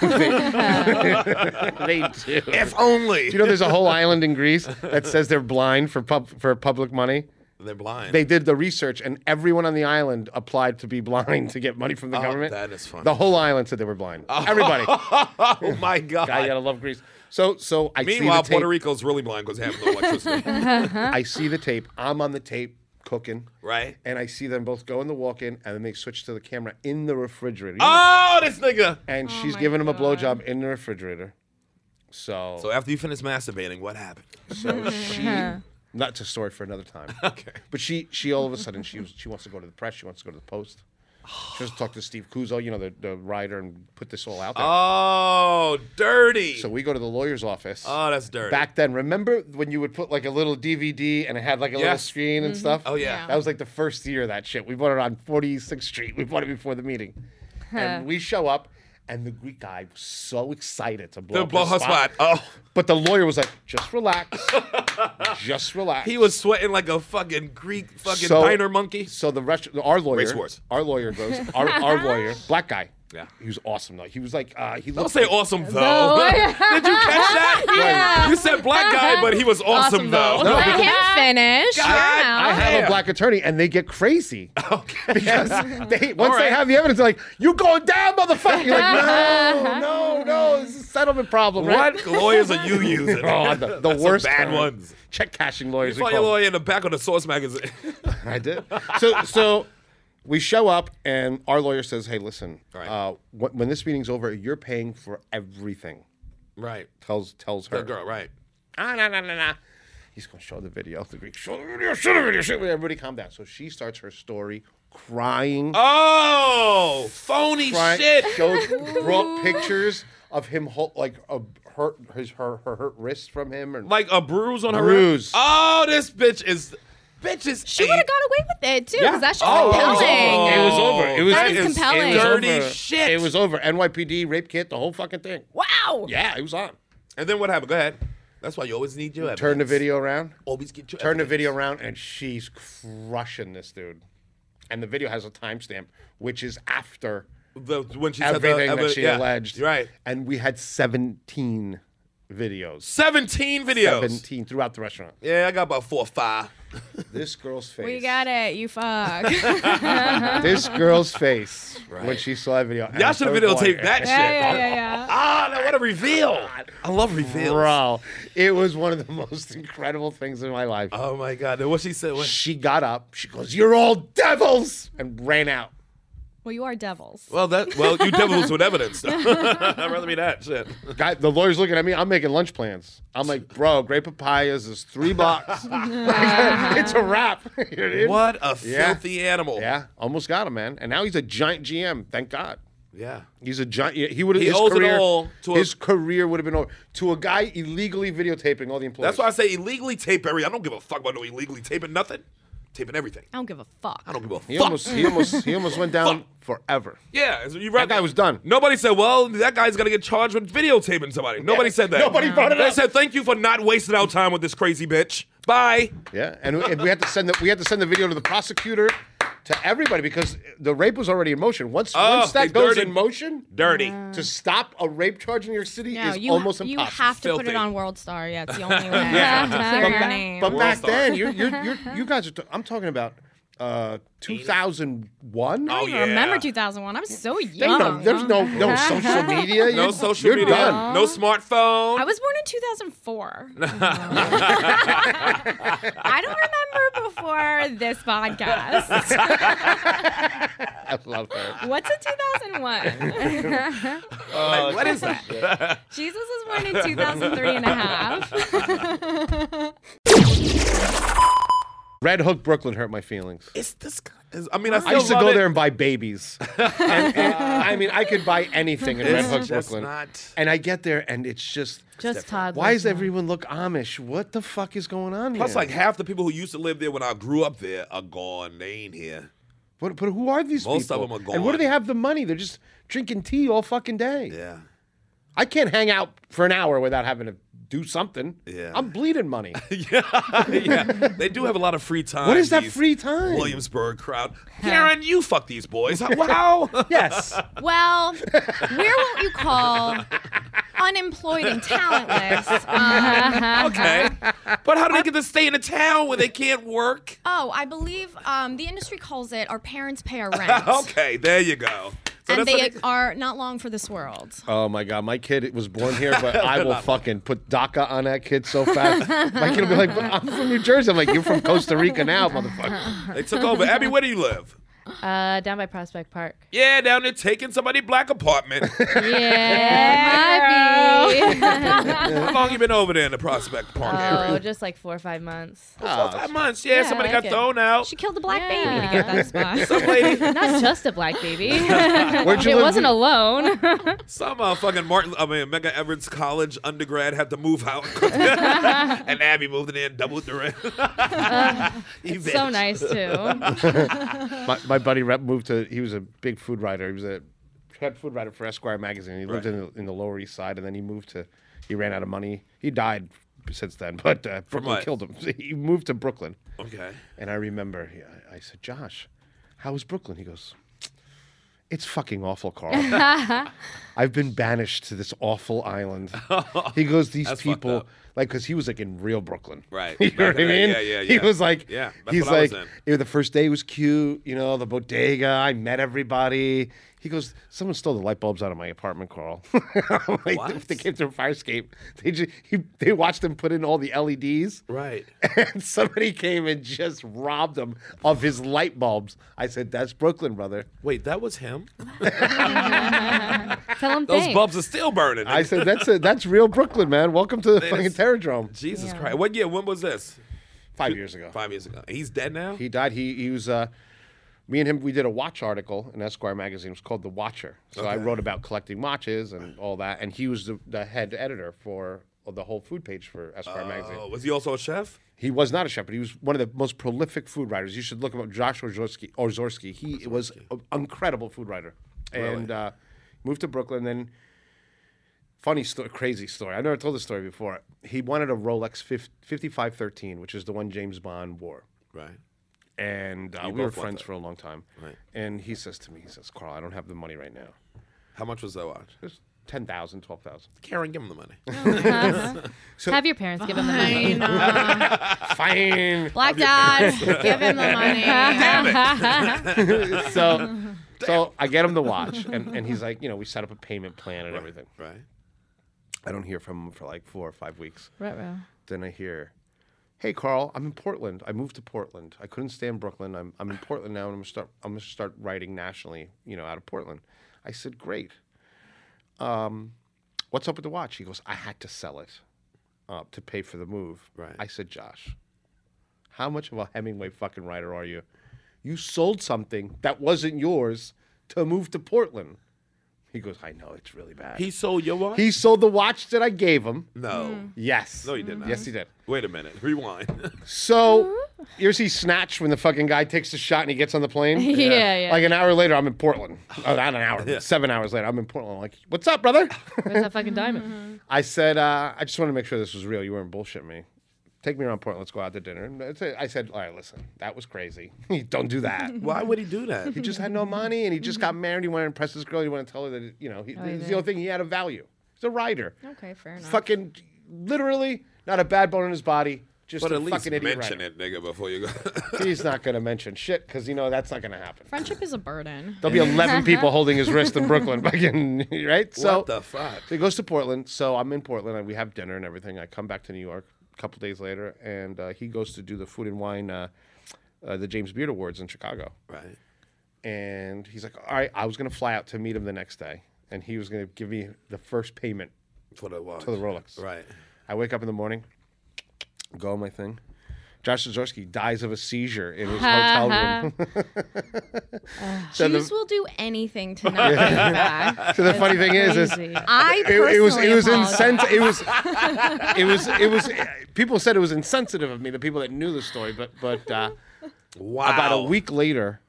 they do. if only. You know, there's a whole island in Greece that says they're blind for pub- for public money. They're blind. they did the research and everyone on the island applied to be blind to get money from the Oh, government. that is funny. The whole island said they were blind. Everybody. God, oh my God. you gotta love Greece. So so I Meanwhile, see the Puerto tape. Rico's really blind because they have no electricity. I see the tape. I'm on the tape cooking. right? And I see them both go in the walk-in and then they switch to the camera in the refrigerator. Oh, this nigga. and she's giving him a blowjob in the refrigerator. So, So after you finish masturbating, what happened? so she that's a story for another time. Mm-hmm. Okay. But she she all of a sudden she was, she wants to go to the press, she wants to go to the post. She was talk to Steve Kuzo, you know, the, the writer, and put this all out there. Oh, dirty. So we go to the lawyer's office. Oh, that's dirty. Back then, remember when you would put like a little DVD and it had like a little Yes. screen and Mhm. stuff? Oh, yeah. Yeah. That was like the first year of that shit. We bought it on 46th Street. We bought it before the meeting. and we show up, and the Greek guy was so excited to blow To up blow his her spot. spot. Oh. But the lawyer was like, just relax. just relax. He was sweating like a fucking Greek fucking So- diner monkey. So the rest, our lawyer, Race wars. our lawyer goes, our, our lawyer, black guy. Yeah. He was awesome though. He was like, uh, he Don't looked say oh, like- awesome though. Oh, Did you catch that? Yeah. You said black guy, but he was awesome, though. No, Let because him finish. Your God, mouth. I have a Damn. black attorney, and they get crazy because they once they right. have the evidence, they're like, "You going down, motherfucker!" You're like, "No, no, no, this is a settlement problem." Right? What lawyers are you using? Oh, the, the That's worst some bad term. ones. Check cashing You lawyers. we fought your call them. lawyer in the back of the Source magazine. I did. So so we show up and our lawyer says, "Hey, listen, All right. uh, when, when this meeting's over, you're paying for everything." right. Tells tells her. The girl, right. Ah, nah, nah, nah, nah. He's gonna show the video. The Greek show the video. Show the video. Show the video. Everybody, calm down. So she starts her story, crying, Oh, phony crying. shit. Shows, brought pictures of him, hol- like a hurt his her her hurt wrist from him, and Like a bruise on her Bruise. wrist. Oh, this bitch is. Bitch is. She would have got away with it too, Yeah. because that's just Oh, compelling. It was over. It was, That it is was- compelling. It was Dirty over. shit. It was over. NYPD rape kit, the whole fucking thing. Wow. Yeah, it was on. And then what happened? Go ahead. That's why you always need your evidence. Turn the video around. Always get your Turn the evidence. video around, and she's crushing this dude. And the video has a timestamp, which is after The, when she said the everything that evidence- she yeah. alleged. Right. And we had 17 videos. 17 videos. 17 throughout the restaurant. Yeah, I got about four or five. This girl's face. We got it. You fuck. This girl's face when she saw that video. Y'all should have videotaped that shit. yeah, yeah, yeah. Ah, no, what a reveal. I love reveals. Bro, it was one of the most incredible things in my life. Oh my God. And what she said was, She got up. She goes, "You're all devils," and ran out. Well, you are devils. well, that, well, you devils with evidence. I'd rather be that shit. Guy, the lawyer's looking at me. I'm making lunch plans. I'm like, "Bro, Great Papayas is three blocks. it's a wrap." You know what I mean? What a Yeah. filthy animal. Yeah, almost got him, man. And now he's a giant GM. Thank God. Yeah. He's a giant. He would have. He his owes it career, all to a- his career would have been over to a guy illegally videotaping all the That's employees. why I say illegally tape every. I don't give a fuck about no illegally taping nothing. Taping everything. I don't give a fuck. I don't give a he fuck. almost he almost he almost went down forever. yeah, so you're right. That guy was done. Nobody said, "Well, that guy's gonna get charged with videotaping somebody." Nobody said that. Nobody brought it They up. said, "Thank you for not wasting our time with this crazy bitch." Bye. Yeah, and, and we had to send the we had to send the video to the prosecutor, to everybody because the rape was already in motion. Once Oh, once they that goes dirty- in motion, Dirty. to stop a rape charge in New York City No, is you almost you impossible. have to put Filthy. it on World Star. Yeah, it's the only way. yeah. but, your back- name. but World back star. then, you're, you're, you're, you guys are. T- I'm talking about uh, 2001. I Oh, don't even yeah. remember 2001. I'm so There's young. no, there's no, no social media. No You're- social you're media. Done. No smartphone. I was born in 2004. I don't remember before this podcast. I love that. What's a 2001? like, what is that? Jesus was born in 2003 and a half. Red Hook, Brooklyn hurt my feelings. It's this. guy- I mean, I, still I used to love go it. there and buy babies. and, and, I mean, I could buy anything in Red It's Hook, just Brooklyn. not- And I get there, and it's just. Just toddlers. Why does now. everyone look Amish? What the fuck is going on Plus, here? like half the people who used to live there when I grew up there are gone. They ain't here. but, but who are these Most of people? them are And what do gone. they have the money? They're just drinking tea all fucking day. Yeah. I can't hang out for an hour without having to do something. Yeah. I'm bleeding money. yeah, yeah. They do have a lot of free time. What is that these free time? Williamsburg crowd. Karen, you fuck these boys. Wow. yes. Well, where won't you call unemployed and talentless? Uh, okay. But how do they get to stay in a town where they can't work? oh, I believe um, the industry calls it our parents pay our rent. okay, there you go. So and that's they what are not long for this world. Oh my god, my kid was born here, but I will fucking put DACA on that kid so fast. My kid will be like, "But I'm from New Jersey. I'm like, you're from Costa Rica now, motherfucker. uh-huh. they, they took over. Abby, where do you live? Uh, down by Prospect Park. Yeah, down there taking somebody black apartment. Yeah, might be. How long you been over there in the Prospect Park Oh, area? just like four or five months. Four, oh, five months. Yeah, somebody got thrown out. She killed a black baby to Yeah. get that spot. Some lady, Not just a black baby. Where'd you it live? wasn't alone. some uh, fucking Martin, I mean, Mega Evans College undergrad had to move out, and Abby moved in there and doubled the rent. You it's so bitch. nice too. my, my buddy rep moved to he was a big food writer he was a head food writer for esquire magazine he lived in, the, in the lower east side and then he moved to he ran out of money he died since then but uh, brooklyn what? killed him he moved to brooklyn Okay. and i remember he, I, I said josh how is brooklyn he goes it's fucking awful, Carl. I've been banished to this awful island. He goes, these Oh, That's fucked people, up. like, because he was like in real Brooklyn. Right. You know Back what I in the- mean? yeah, yeah, He yeah. was like, Yeah, that's he's what I was like, in. you know, the first day was cute. You know, the bodega. I met everybody. He goes, someone stole the light bulbs out of my apartment, Carl. I'm like, What? They came through a fire escape. They just, he, they watched him put in all the E LEDs, Right. and somebody came and just robbed him of his light bulbs. I said, that's Brooklyn, brother. Wait, that was him. Tell him Those thanks. bulbs are still burning. I said, that's a, that's real Brooklyn, man. Welcome to the They fucking just- Terradrome. Jesus Yeah. Christ. What year? When was this? Five years ago, Five years ago. He's dead now. he died. He he was. Uh, me and him, we did a watch article in Esquire magazine. It was called "The Watcher." So I Okay. wrote about collecting watches and all that, and he was the, the head editor for the whole food page for Esquire Oh, magazine. was he also a chef? He was not a chef, but he was one of the most prolific food writers. You should look him up, Josh Orzorski. Orzorski. He was an incredible food writer, and uh, moved to Brooklyn. Then, funny story, crazy story. I never told this story before. He wanted a Rolex 50, 5513, which is the one James Bond wore Right. and uh, You we were both want friends that. for a long time. Right. And he says to me, he says, "Carl, I don't have the money right now. How much was that watch? It's ten thousand, twelve thousand. Karen, give him the money. Have your parents give him the money. Fine." Black Dad, give him the money. so, so I get him the watch, and, and he's like, you know, we set up a payment plan and everything. right. I don't hear from him for like four or five weeks. Ruh-roh. Then I hear, "Hey, Carl, I'm in Portland. I moved to Portland. I couldn't stay in Brooklyn. I'm, I'm in Portland now, and I'm gonna start. I'm gonna start writing nationally. You know, out of Portland." I said, "Great. Um, what's up with the watch?" He goes, "I had to sell it uh, to pay for the move." Right. I said, "Josh, how much of a Hemingway fucking writer are you? You sold something that wasn't yours to move to Portland." He goes, "I know it's really bad." He sold your watch? he sold the watch that I gave him. no. Hmm. Yes. No, he did not. Yes, Mm-hmm. he did. Wait a minute. Rewind. So you see Snatch when the fucking guy takes the shot and he gets on the plane? Yeah, yeah. Like an hour later, I'm in Portland. Oh, not an hour. Yeah. Seven hours later, I'm in Portland. I'm like, what's up, brother? Where's that fucking diamond? I said, uh, I just wanted to make sure this was real. You weren't bullshitting me. Take me around Portland. Let's go out to dinner. And that's it. I said, all right, listen, that was crazy. Don't do that. Why would he do that? He just had no money and he just got married. He wanted to impress this girl. He wanted to tell her that, you know, he, Oh, he it's did. the only thing he had of value. He's a writer. Okay, fair enough. Fucking, literally, not a bad bone in his body. Just But a at least fucking idiot mention writer. it, nigga, before you go. He's not going to mention shit because you know that's not going to happen. Friendship is a burden. There'll be 11 people holding his wrist in Brooklyn, fucking, right? what the fuck? So he goes to Portland. So I'm in Portland and we have dinner and everything. I come back to New York a couple days later and uh, he goes to do the food and wine, uh, uh, the James Beard Awards in Chicago. Right. And he's like, all right, I was going to fly out to meet him the next day and he was going to give me the first payment For the watch. to the Rolex. Right. I wake up in the morning, go on my thing. Josh Zazorski dies of a seizure in his hotel room. so the, Jews will do anything to not get back. so the funny thing is, is Crazy. I it, personally it was it was apologize. insensitive. It was it was it was. People said it was insensitive of me. The people that knew the story, but but uh, Wow. about a week later,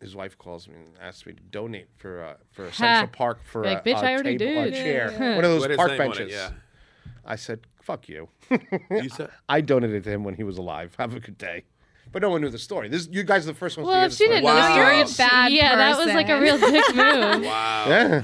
his wife calls me and asks me to donate for uh, for Central Park for Like, a, "Bitch, a I already table, a did." chair, one of those Put his park name on it, benches. I said, "Fuck you." Yeah. You said, I donated to him when he was alive. Have a good day. But no one knew the story. This you guys are the first ones to Well, hear if the she story. didn't know the Wow. story, You're a bad yeah, that was like a real dick move. wow. Yeah.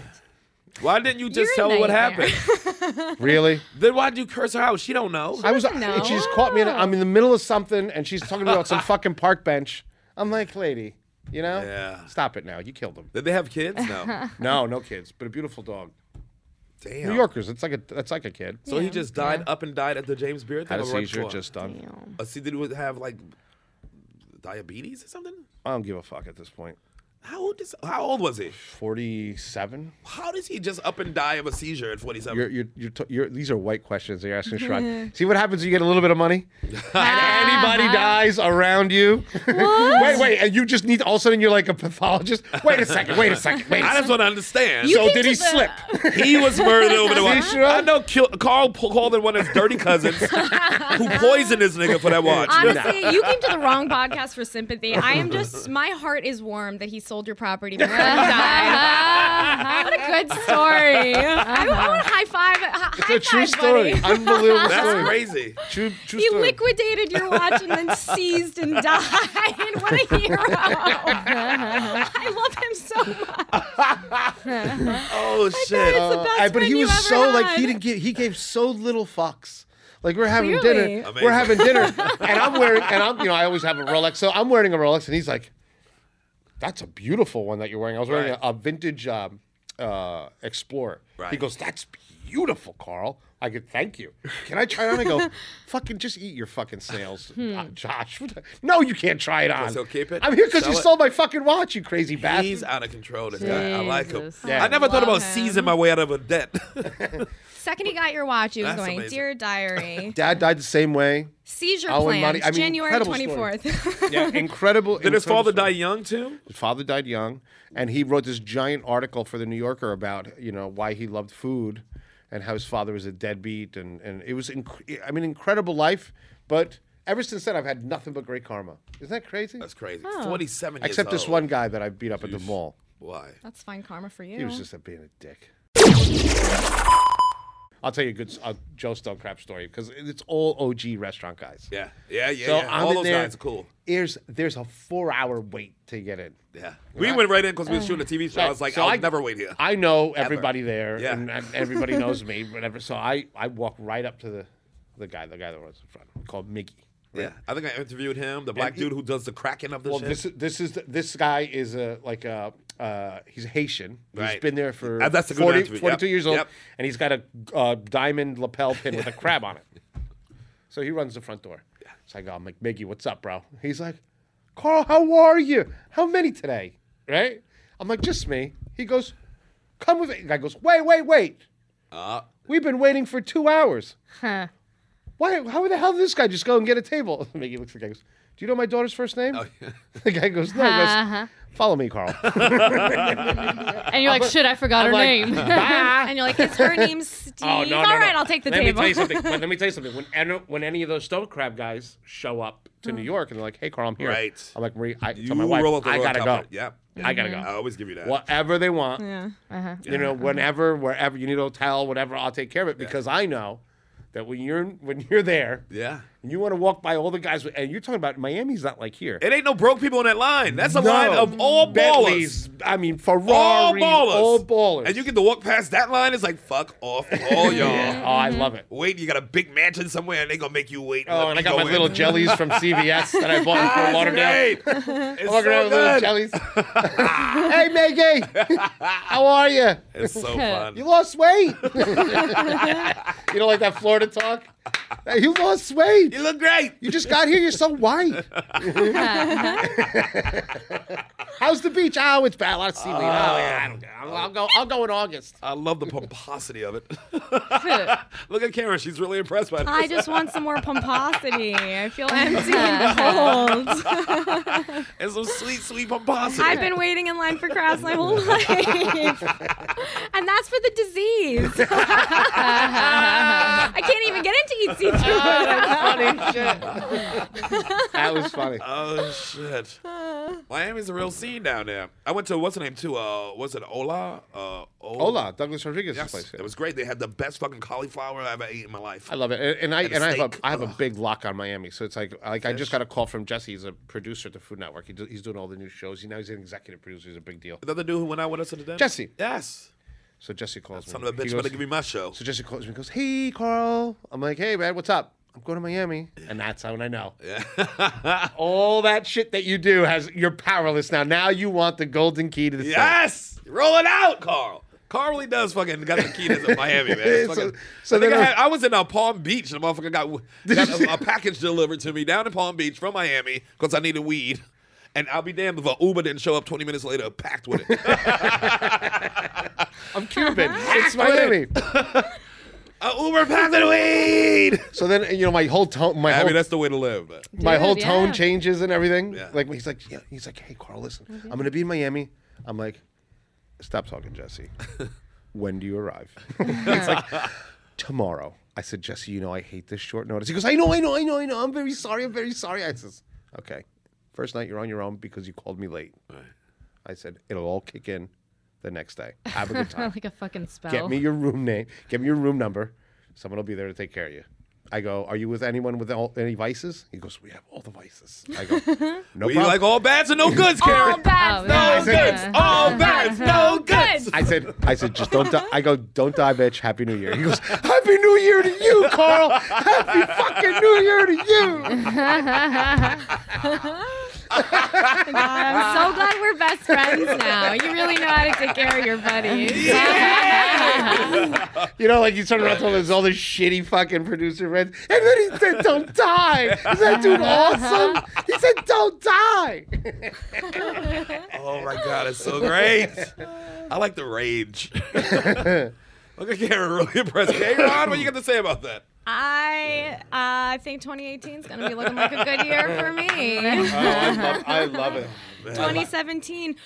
Why didn't you just a tell her what nightmare. happened? Really? then why'd you curse her out? She don't know. I was. doesn't know. and She just caught me. In, I'm in the middle of something, and she's talking about some fucking park bench. I'm like, lady, you know? Yeah. Stop it now. You killed him. Did they have kids? No. No, no kids, but a beautiful dog. Damn. New Yorkers. It's like a. That's like a kid. So he just died up and died at the James Beard thing? Had a or right seizure before? just done. Uh, see, did he have like diabetes or something? I don't give a fuck at this point. How old is? How old was he? Forty-seven. How does he just up and die of a seizure at 47? You're, you're, you're, t- you're, these are white questions that you're asking Shrine. See what happens when you get a little bit of money? and anybody dies around you? wait, wait, and you just need, all of a sudden you're like a pathologist? Wait a second, wait a second, wait a I second. just want to understand. so did he slip? He was murdered over the watch. See, I know Kil- Carl p- called in one of his dirty cousins who poisoned his nigga for that watch. Honestly, you came to the wrong podcast for sympathy. I am just, my heart is warm that he sold your property before he Uh-huh. died. what a good story. I, Uh-huh. I want to high five. hi- It's high a true five, story. buddy. Unbelievable That's story. crazy. Oh, True, true He story. liquidated your watch and then seized and died. What a hero! I love him so much. oh shit. it's the Uh, best I- but friend he you was ever so like he had. didn't give he gave so little fucks. Like we're having Clearly. dinner, Amazing. we're having dinner, and I'm wearing and I'm you know I always have a Rolex, so I'm wearing a Rolex, and he's like, "That's a beautiful one that you're wearing." I was wearing Right. a, a vintage um, uh, Explorer. He Right. goes, "That's beautiful, Carl." I could thank you. Can I try it on? I go, fucking just eat your fucking snails, uh, Hmm. Josh. What the- No, you can't try it on. he'll keep it, I'm here because sell you it. stole my fucking watch, you crazy bastard. He's out of control, this guy. I like him. Jesus. Yeah. I never thought Love about him. seizing my way out of a debt. Second, he got your watch. He was That's going, amazing. "Dear diary, Dad died the same way. seizure Owen plans, Money- I mean, January incredible twenty story. fourth. Yeah, incredible. Did his incredible father die story. young too? His father died young, and he wrote this giant article for the New Yorker about you know why he loved food, and how his father was a deadbeat, and and it was inc- I mean incredible life, but ever since then I've had nothing but great karma. Isn't that crazy? That's crazy. 47 years Except this old. one guy that I beat up at the mall. Why? That's fine karma for you. He was just a, being a dick. I'll tell you a good s- a Joe Stone crap story because it's all OG restaurant guys. Yeah. Yeah, yeah, So yeah. I'm All in those there- guys are cool. There's there's a four hour wait to get in. Yeah. We went right in because we were shooting a TV show. I was like, So I'll never wait here. I know everybody there, Yeah. and, and everybody knows me, whatever. So I, I walk right up to the, the guy, the guy that was in front, called Mickey. right? Yeah. I think I interviewed him, the black he- dude who does the cracking of the Well, shit. this this is this guy is a like a uh, he's Haitian. He's Right. been there for Uh, that's a good 40 answer. 42 Yep. years old, Yep. and he's got a uh, diamond lapel pin with a crab on it. So he runs the front door. So I go, I'm like, Miggy, what's up, bro? He's like, Carl, how are you? How many today? Right? I'm like, just me. He goes, come with me. The guy goes, wait, wait, wait. Uh, We've been waiting for two hours. Huh. Why? How the hell did this guy just go and get a table? Miggy looks at the guy and goes, Do you know my daughter's first name? The guy goes, No. He goes, Uh-huh. Follow me, Carl. And you're like, shit, I forgot I'm her like, name. "Bye." and you're like, "Is her name Steve? Oh, no, no, All no. right, I'll take the let table." Me tell you something. But let me tell you something. When, any- when any of those stone crab guys show up to New York and they're like, hey, Carl, I'm here. Right. I'm like, Marie, I you tell my wife, roll up the I road gotta go. top. Yeah. I gotta go. I always give you that. Whatever they want, Yeah. Uh-huh. you know, whenever, wherever you need a hotel, whatever, I'll take care of it because I know that when you're when you're there, Yeah. and you want to walk by all the guys, and you're talking about Miami's not like here. It ain't no broke people on that line. That's a No. line of all ballers. Bentleys, I mean Ferraris, All ballers. all ballers. And you get to walk past that line, it's like, fuck off, all y'all. Yeah. Oh, I love it. Wait, you got a big mansion somewhere, and they gonna make you wait. Oh, let and me I got go my in. little jellies from CVS that I bought in Fort Lauderdale. Great. It's Walking around so with little good. jellies. hey, Maggie, how are you? It's so You fun. lost weight. you know, like that Florida talk. Hey, you lost weight. You look great. You just got here. You're so white. How's the beach? Oh, it's bad. A lot of Uh, seaweed. oh yeah, I don't care. I'll, I'll go. I'll go in August. I love the pomposity of it. look at Karen; she's really impressed by this. I just want some more pomposity. I feel empty and cold. It's some sweet, sweet pomposity. I've been waiting in line for crabs my whole life, and that's for the disease. I can't even get into E eat seafood. Oh, That was funny. Oh shit! Miami's a real scene down there. I went to what's the name too? Uh, was it Ola? Uh, Ola. Hola, Douglas Rodriguez's Yes, place. it was great. They had the best fucking cauliflower I ever ate in my life. I love it, and, and I And a and I have a steak. I have a Ugh. big lock on Miami, so it's like like I just got a call from Jesse. He's a producer at the Food Network. He do, he's doing all the new shows. He now he's an executive producer. He's a big deal. The other dude who went out with us to the dinner? Jesse. Yes. So Jesse calls me. Son of a He bitch goes- better give me my show. So Jesse calls me and goes, Hey, Carl. I'm like, Hey, man, what's up? I'm going to Miami. And that's how I know. All that shit that you do has, you're powerless now. Now you want the golden key to the city. Yes! Roll it out, Carl. Carl really does fucking got the key to Miami, man. It's So- Fucking, so I, think then I, I- had, I was in uh, Palm Beach and the motherfucker got, got a, a package delivered to me down in Palm Beach from Miami because I needed weed. And I'll be damned if a Uber didn't show up 20 minutes later packed with it. I'm Cuban. it's my enemy. a Uber packed with weed. So then you know my whole tone. My I whole, mean, that's the way to live. But. my Dude, whole tone yeah. changes and everything. Like he's like, yeah, he's like, hey Carl, listen, Mm-hmm. I'm gonna be in Miami. I'm like, stop talking, Jesse. when do you arrive? it's like tomorrow. I said, Jesse, you know I hate this short notice. He goes, I know, I know, I know, I know. I'm very sorry. I'm very sorry. I says, okay. First night you're on your own because you called me late. I said it'll all kick in the next day. Have a good time. like a fucking spell. Get me your room name. Get me your room number. Someone will be there to take care of you. I go, are you with anyone with all, any vices? He goes, we have all the vices. I go, no We problem. like all bads and no goods, Karen. All bads, Oh, no no goods. All bads, no goods. I said, I said, just don't die. I go, don't die, bitch. Happy New Year. He goes, Happy New Year to you, Carl. Happy fucking New Year to I'm so glad we're best friends now. You really know how to take care of your buddies. you know, like you turn around to all this, all this shitty fucking producer friends. And then he said, "Don't die." Is that dude awesome? He said, "Don't die." Oh my god, it's so great. I like the rage. Look at Karen really impressed. Hey Ron, what you got to say about that? I uh, I think 2018 is going to be looking like a good year for me. Oh, I love it. 2017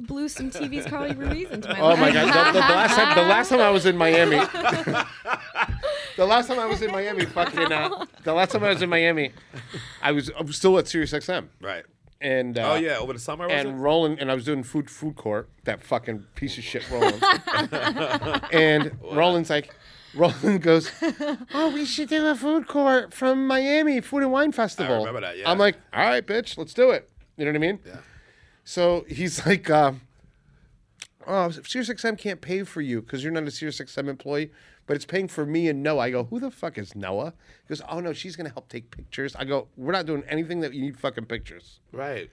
blew some TV's Carly Ruiz into my Oh life. my god! The, the, the last time, the last time I was in Miami, the last time I was in Miami, fucking, uh, the last time I was in Miami, I was, I was still at Sirius XM. Right. And uh, Oh, yeah, over the summer, was and it? Roland and I was doing food food court. That fucking piece of shit, Roland. and Roland's like, Roland goes, Oh, we should do a food court from Miami Food and Wine Festival. remember that, yeah. I'm like, all right, bitch, let's do it. You know what I mean? Yeah. So he's like, uh, oh, SiriusXM can't pay for you because you're not a SiriusXM employee, but it's paying for me and Noah. I go, who the fuck is Noah? He goes, oh no, she's gonna help take pictures. I go, we're not doing anything that you need fucking pictures. Right.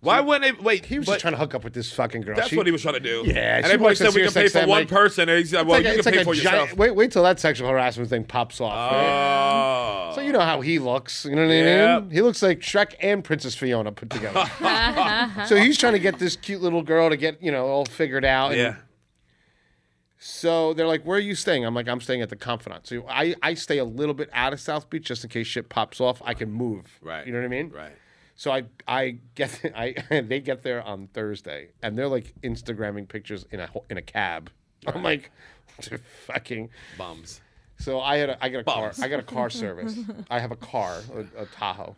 Why wouldn't they wait? He was just trying to hook up with this fucking girl. That's She- what he was trying to do. Yeah, and she everybody works at said we can pay for SiriusXM, one like- person, and he said, "Well, It's like you can a- it's like pay a for giant- yourself." Wait, wait till that sexual harassment thing pops off. Oh, right? So you know how he looks. You know what I mean? He looks like Shrek and Princess Fiona put together. so he's trying to get this cute little girl to get you know all figured out. and- Yeah. So they're like, "Where are you staying?" I'm like, "I'm staying at the Confidant." So I I stay a little bit out of South Beach just in case shit pops off. I can move. Right. You know what I mean? Right. So I I get I they get there on Thursday and they're like Instagramming pictures in a ho- in a cab. I'm like, they're fucking bums. So I had a, I got a car Bums. I got a car service. I have a car a, a Tahoe.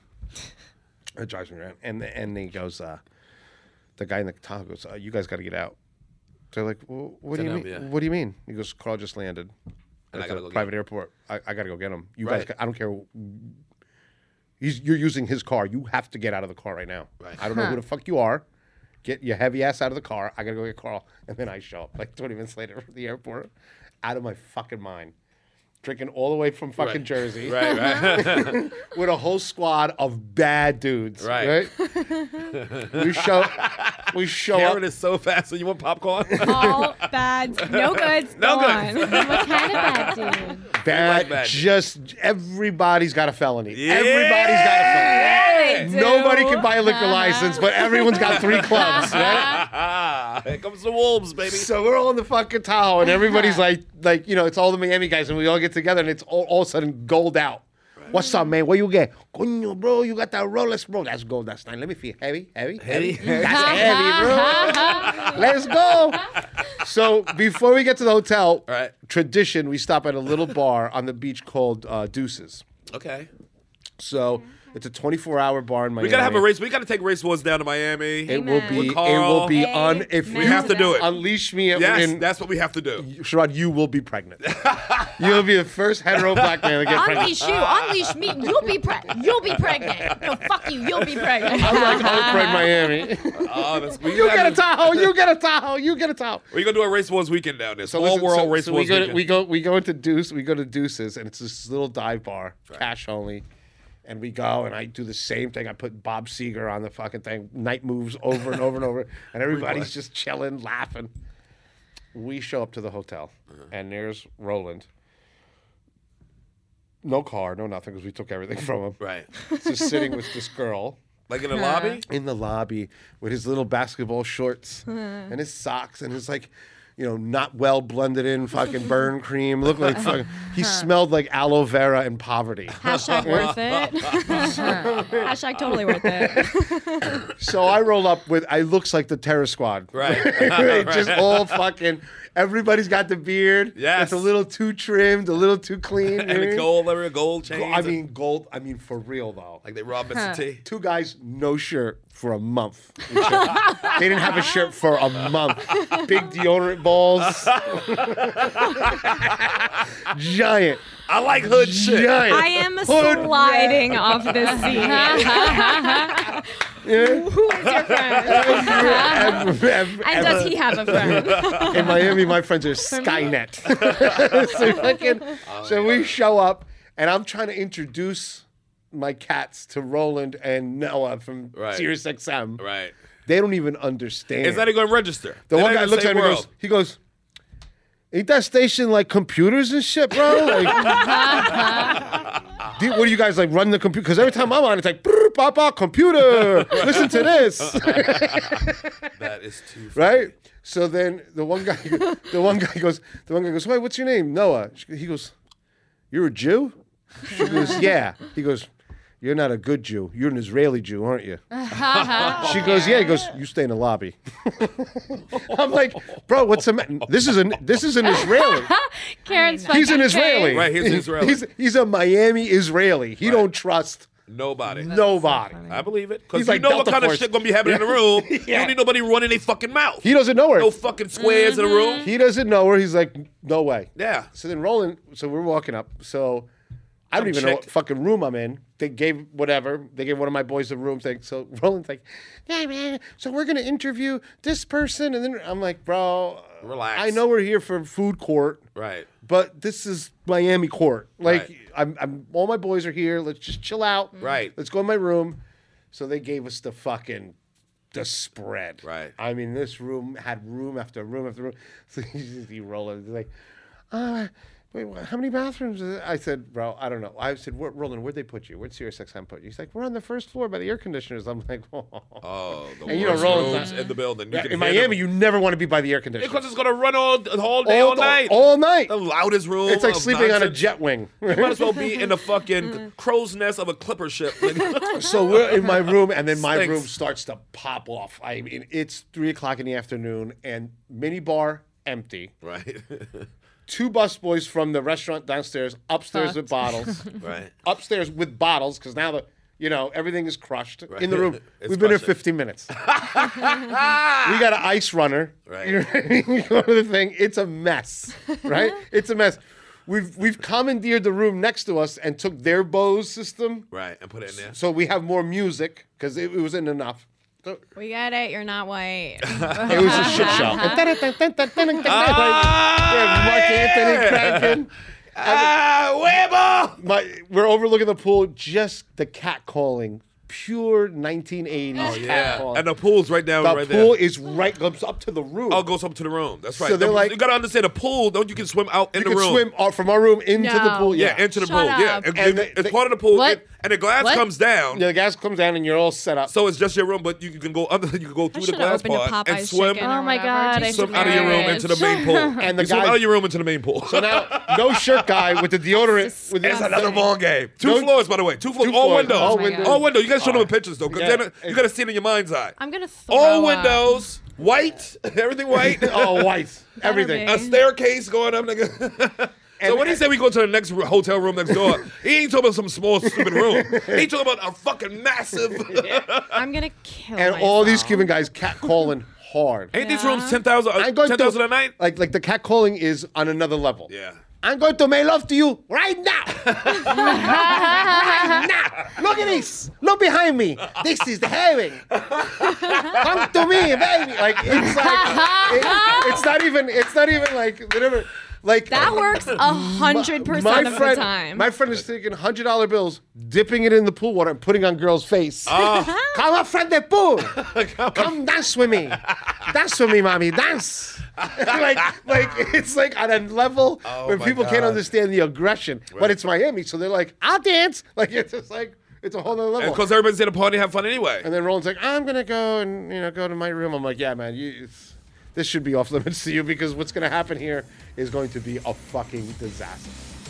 It drives me around and and he goes uh, the guy in the Tahoe goes uh, you guys got to get out. They're like, well, what do you Then, mean? um, yeah. What do you mean? He goes, Carl just landed. And I at gotta the go get private airport. I, I gotta go get him. You Right. guys, ca- I don't care. He's, you're using his car. You have to get out of the car right now. Right. I don't know Huh. who the fuck you are. Get your heavy ass out of the car. I gotta go get Carl, and then I show up like 20 minutes later from the airport, out of my fucking mind, drinking all the way from fucking Right. Jersey, Right, right. with a whole squad of bad dudes, Right. We show, we show up. Karen is so fast. So you want popcorn? All bads, no goods. No gone. goods. what kind of bad dude? Bad, just everybody's got a felony. Everybody's got a felony. Yeah, they Nobody do. can buy a liquor license, but everyone's got three clubs, right? Here comes the wolves, baby. So we're all in the fucking Tahoe, and everybody's like, like you know, it's all the Miami guys, and we all get together, and it's all, all of a sudden gold out. What's up, man? What you get? Coño, bro, you got that Rolex, bro. That's gold. That's nice. Let me feel heavy, heavy, heavy. That's heavy, bro. Let's go. So before we get to the hotel, tradition, we stop at a little bar on the beach called uh, Deuces. Okay. So it's a 24-hour bar in Miami. We gotta have a race. We gotta take race wars down to Miami. It will be. With It Carl. will be un. If we you have to do it. Unleash me. at- Yes, in- that's what we have to do. Sherrod, you will be pregnant. You'll be the first hetero black man to get pregnant. Unleash you, unleash me. You'll be pregnant. You'll be pregnant. No, fuck you. You'll be pregnant. I'm like Oprah in Miami. Oh, that's, we you gotta- get a Tahoe. You get a Tahoe. You get a Tahoe. We're gonna do a race wars weekend down there. So all listen, world so- race so we wars go, to, weekend. we go we go into Deuce. We go to Deuces, and it's this little dive bar, cash only. And we go, and I do the same thing. I put Bob Seger on the fucking thing. Night moves over and over and over, and everybody's just chilling, laughing. We show up to the hotel, Uh-huh. and there's Roland. No car, no nothing, because we took everything from him. Right. Just sitting with this girl Like in the lobby? In the lobby with his little basketball shorts and his socks and his like, you know, not well blended in fucking burn cream. Looked like fucking, he smelled like aloe vera and poverty. Hashtag worth it. Hashtag totally worth it. So I roll up with I looks like the terror squad. Right. Just all fucking everybody's got the beard. Yeah. It's a little too trimmed, a little too clean. and the gold, every gold chain. I mean gold, I mean for real though. Like they robbed Mr. Huh. T. Two guys, no shirt for a month. they didn't have a shirt for a month. Big deodorant balls. Giant. I like hood shit. Giant. I am sliding off this seat. Who is your friend? and does he have a friend? In Miami, my friends are Skynet. so fucking- Oh, so we show up, and I'm trying to introduce my cats to Roland and Noah from Right. Sirius XM. Right. They don't even understand. It's not even going to register. The They're one not guy in looks same at me and goes, world. he goes, Ain't that station like computers and shit, bro? Like, do- what do you guys like run the computer? Because every time I'm on, it's like, "Brr, papa, computer, listen to this. that is too funny. right? So then the one guy, the one guy goes, the one guy goes, wait, what's your name? Noah. She- He goes, you're a Jew. She goes, yeah. He goes, you're not a good Jew. You're an Israeli Jew, aren't you? She goes, yeah. He goes, you stay in the lobby. I'm like, bro, what's the matter? This is an this is an Israeli. Karen's fucking He's an Israeli. crazy. Right, he's an Israeli. He's, he's a Miami Israeli. He don't trust Nobody. nobody. I believe it. Because He's you like know what Delta kind Force. of shit going to be happening in the room. You don't need nobody running their fucking mouth. He doesn't know her. No fucking squares in the room. He doesn't know her. He's like, no way. Yeah. So then Roland, so we're walking up. So I don't Some even know what chick- fucking room I'm in. They gave whatever. They gave one of my boys the room thing. So Roland's like, yeah, man. So we're gonna interview this person, and then I'm like, bro, Relax. I know we're here for food court, Right. but this is Miami court. Like, Right. I'm, I'm, all my boys are here. Let's just chill out. Right. Let's go in my room. So they gave us the fucking the spread. Right. I mean, this room had room after room after room. So you just you roll it. It's like, uh, wait, wha- how many bathrooms? Is it? I said, bro, I don't know. I said, "Where- Roland, where'd they put you? Where'd SiriusXM put you? He's like, we're on the first floor by the air conditioners. I'm like, oh. Oh, the And you know, worst Roland's rooms in the building. You can in hear them. Miami, you never want to be by the air conditioners. Because it's gonna run all the whole day, all, the- night, all night. The loudest room. It's like of sleeping on a nonsense. jet Mm. wing. You might as well be in the fucking crow's nest of a clipper ship. so we're in my room, and then my Stinks. room starts to pop off. I mean, it's three o'clock in the afternoon, and mini bar empty. right, Two busboys from the restaurant downstairs, upstairs with bottles, right. upstairs with bottles, because now the you know everything is crushed Right. in the room. It's We've been here crushing. 15 minutes. we got an ice runner. Right. You know what I mean? You go to the thing. It's a mess. Right. It's a mess. We've we've commandeered the room next to us and took their Bose system. Right, and put it in there. So we have more music because it, it wasn't enough. So We get it. You're not white. it was a shit show. Like, yeah, Mark Anthony cracking. Ah, Weber! My, we're overlooking the pool. Just the cat calling, pure 1980s Oh cat yeah, calling. and the pool's right down, the right pool there. is right goes up to the roof. All goes up to the room. That's right. So they're The- like- you gotta understand the pool. Don't you can swim out in you the can room. swim out from our room into the No. pool. yeah, Yeah, into the Shut pool. Yeah, up. and, And it's they- they- part of the pool. What? it- and the glass What? comes down. Yeah, the gas comes down and you're all set up. So it's just your room, but you can go under. You can go I through the should glass have opened a part and Popeye's swim. chicken. Oh or my whatever. God, I Just should Swim out of your room marriage. into the main pool. And the you swim guy- out of your room into the main pool. So now, no shirt guy with the deodorant. With It's another ball game. Two No- floors, by the way. Two floors. Two all floors. windows. All All my windows. windows. God. You guys show them the pictures though, because Yeah. you got to see it in your mind's eye. I'm gonna throw All up. windows, white, everything white. oh, white. Everything. be. A staircase going up, nigga. So when he said we go to the next ro- hotel room next door, he ain't talking about some small stupid room. He talking about a fucking massive. I'm gonna kill. and all these myself. Cuban guys cat calling hard. Ain't these Yeah. rooms ten thousand? uh, I'm going Ten thousand to- a night? Like like the cat calling is on another level. Yeah. I'm going to make love to you right now. right now. Look at this. Look behind me. This is the heaven. Come to me, baby. Like it's like it- it's not even it's not even like whatever. Like That works a hundred percent of friend, the time. My friend is taking hundred dollar bills, dipping it in the pool water, and putting on girl's face. Ah. Come up from the pool. Come dance with me. Dance with me, mommy. Dance. like, like it's like on a level where Oh my people can't God. understand the aggression, but it's Miami, so they're like, "I'll dance." Like it's just like It's a whole other level. Because everybody's at a party have fun anyway. And then Roland's like, I'm gonna go and you know go to my room. I'm like, yeah, man, you, it's, this should be off limits to you because what's gonna happen here is going to be a fucking disaster.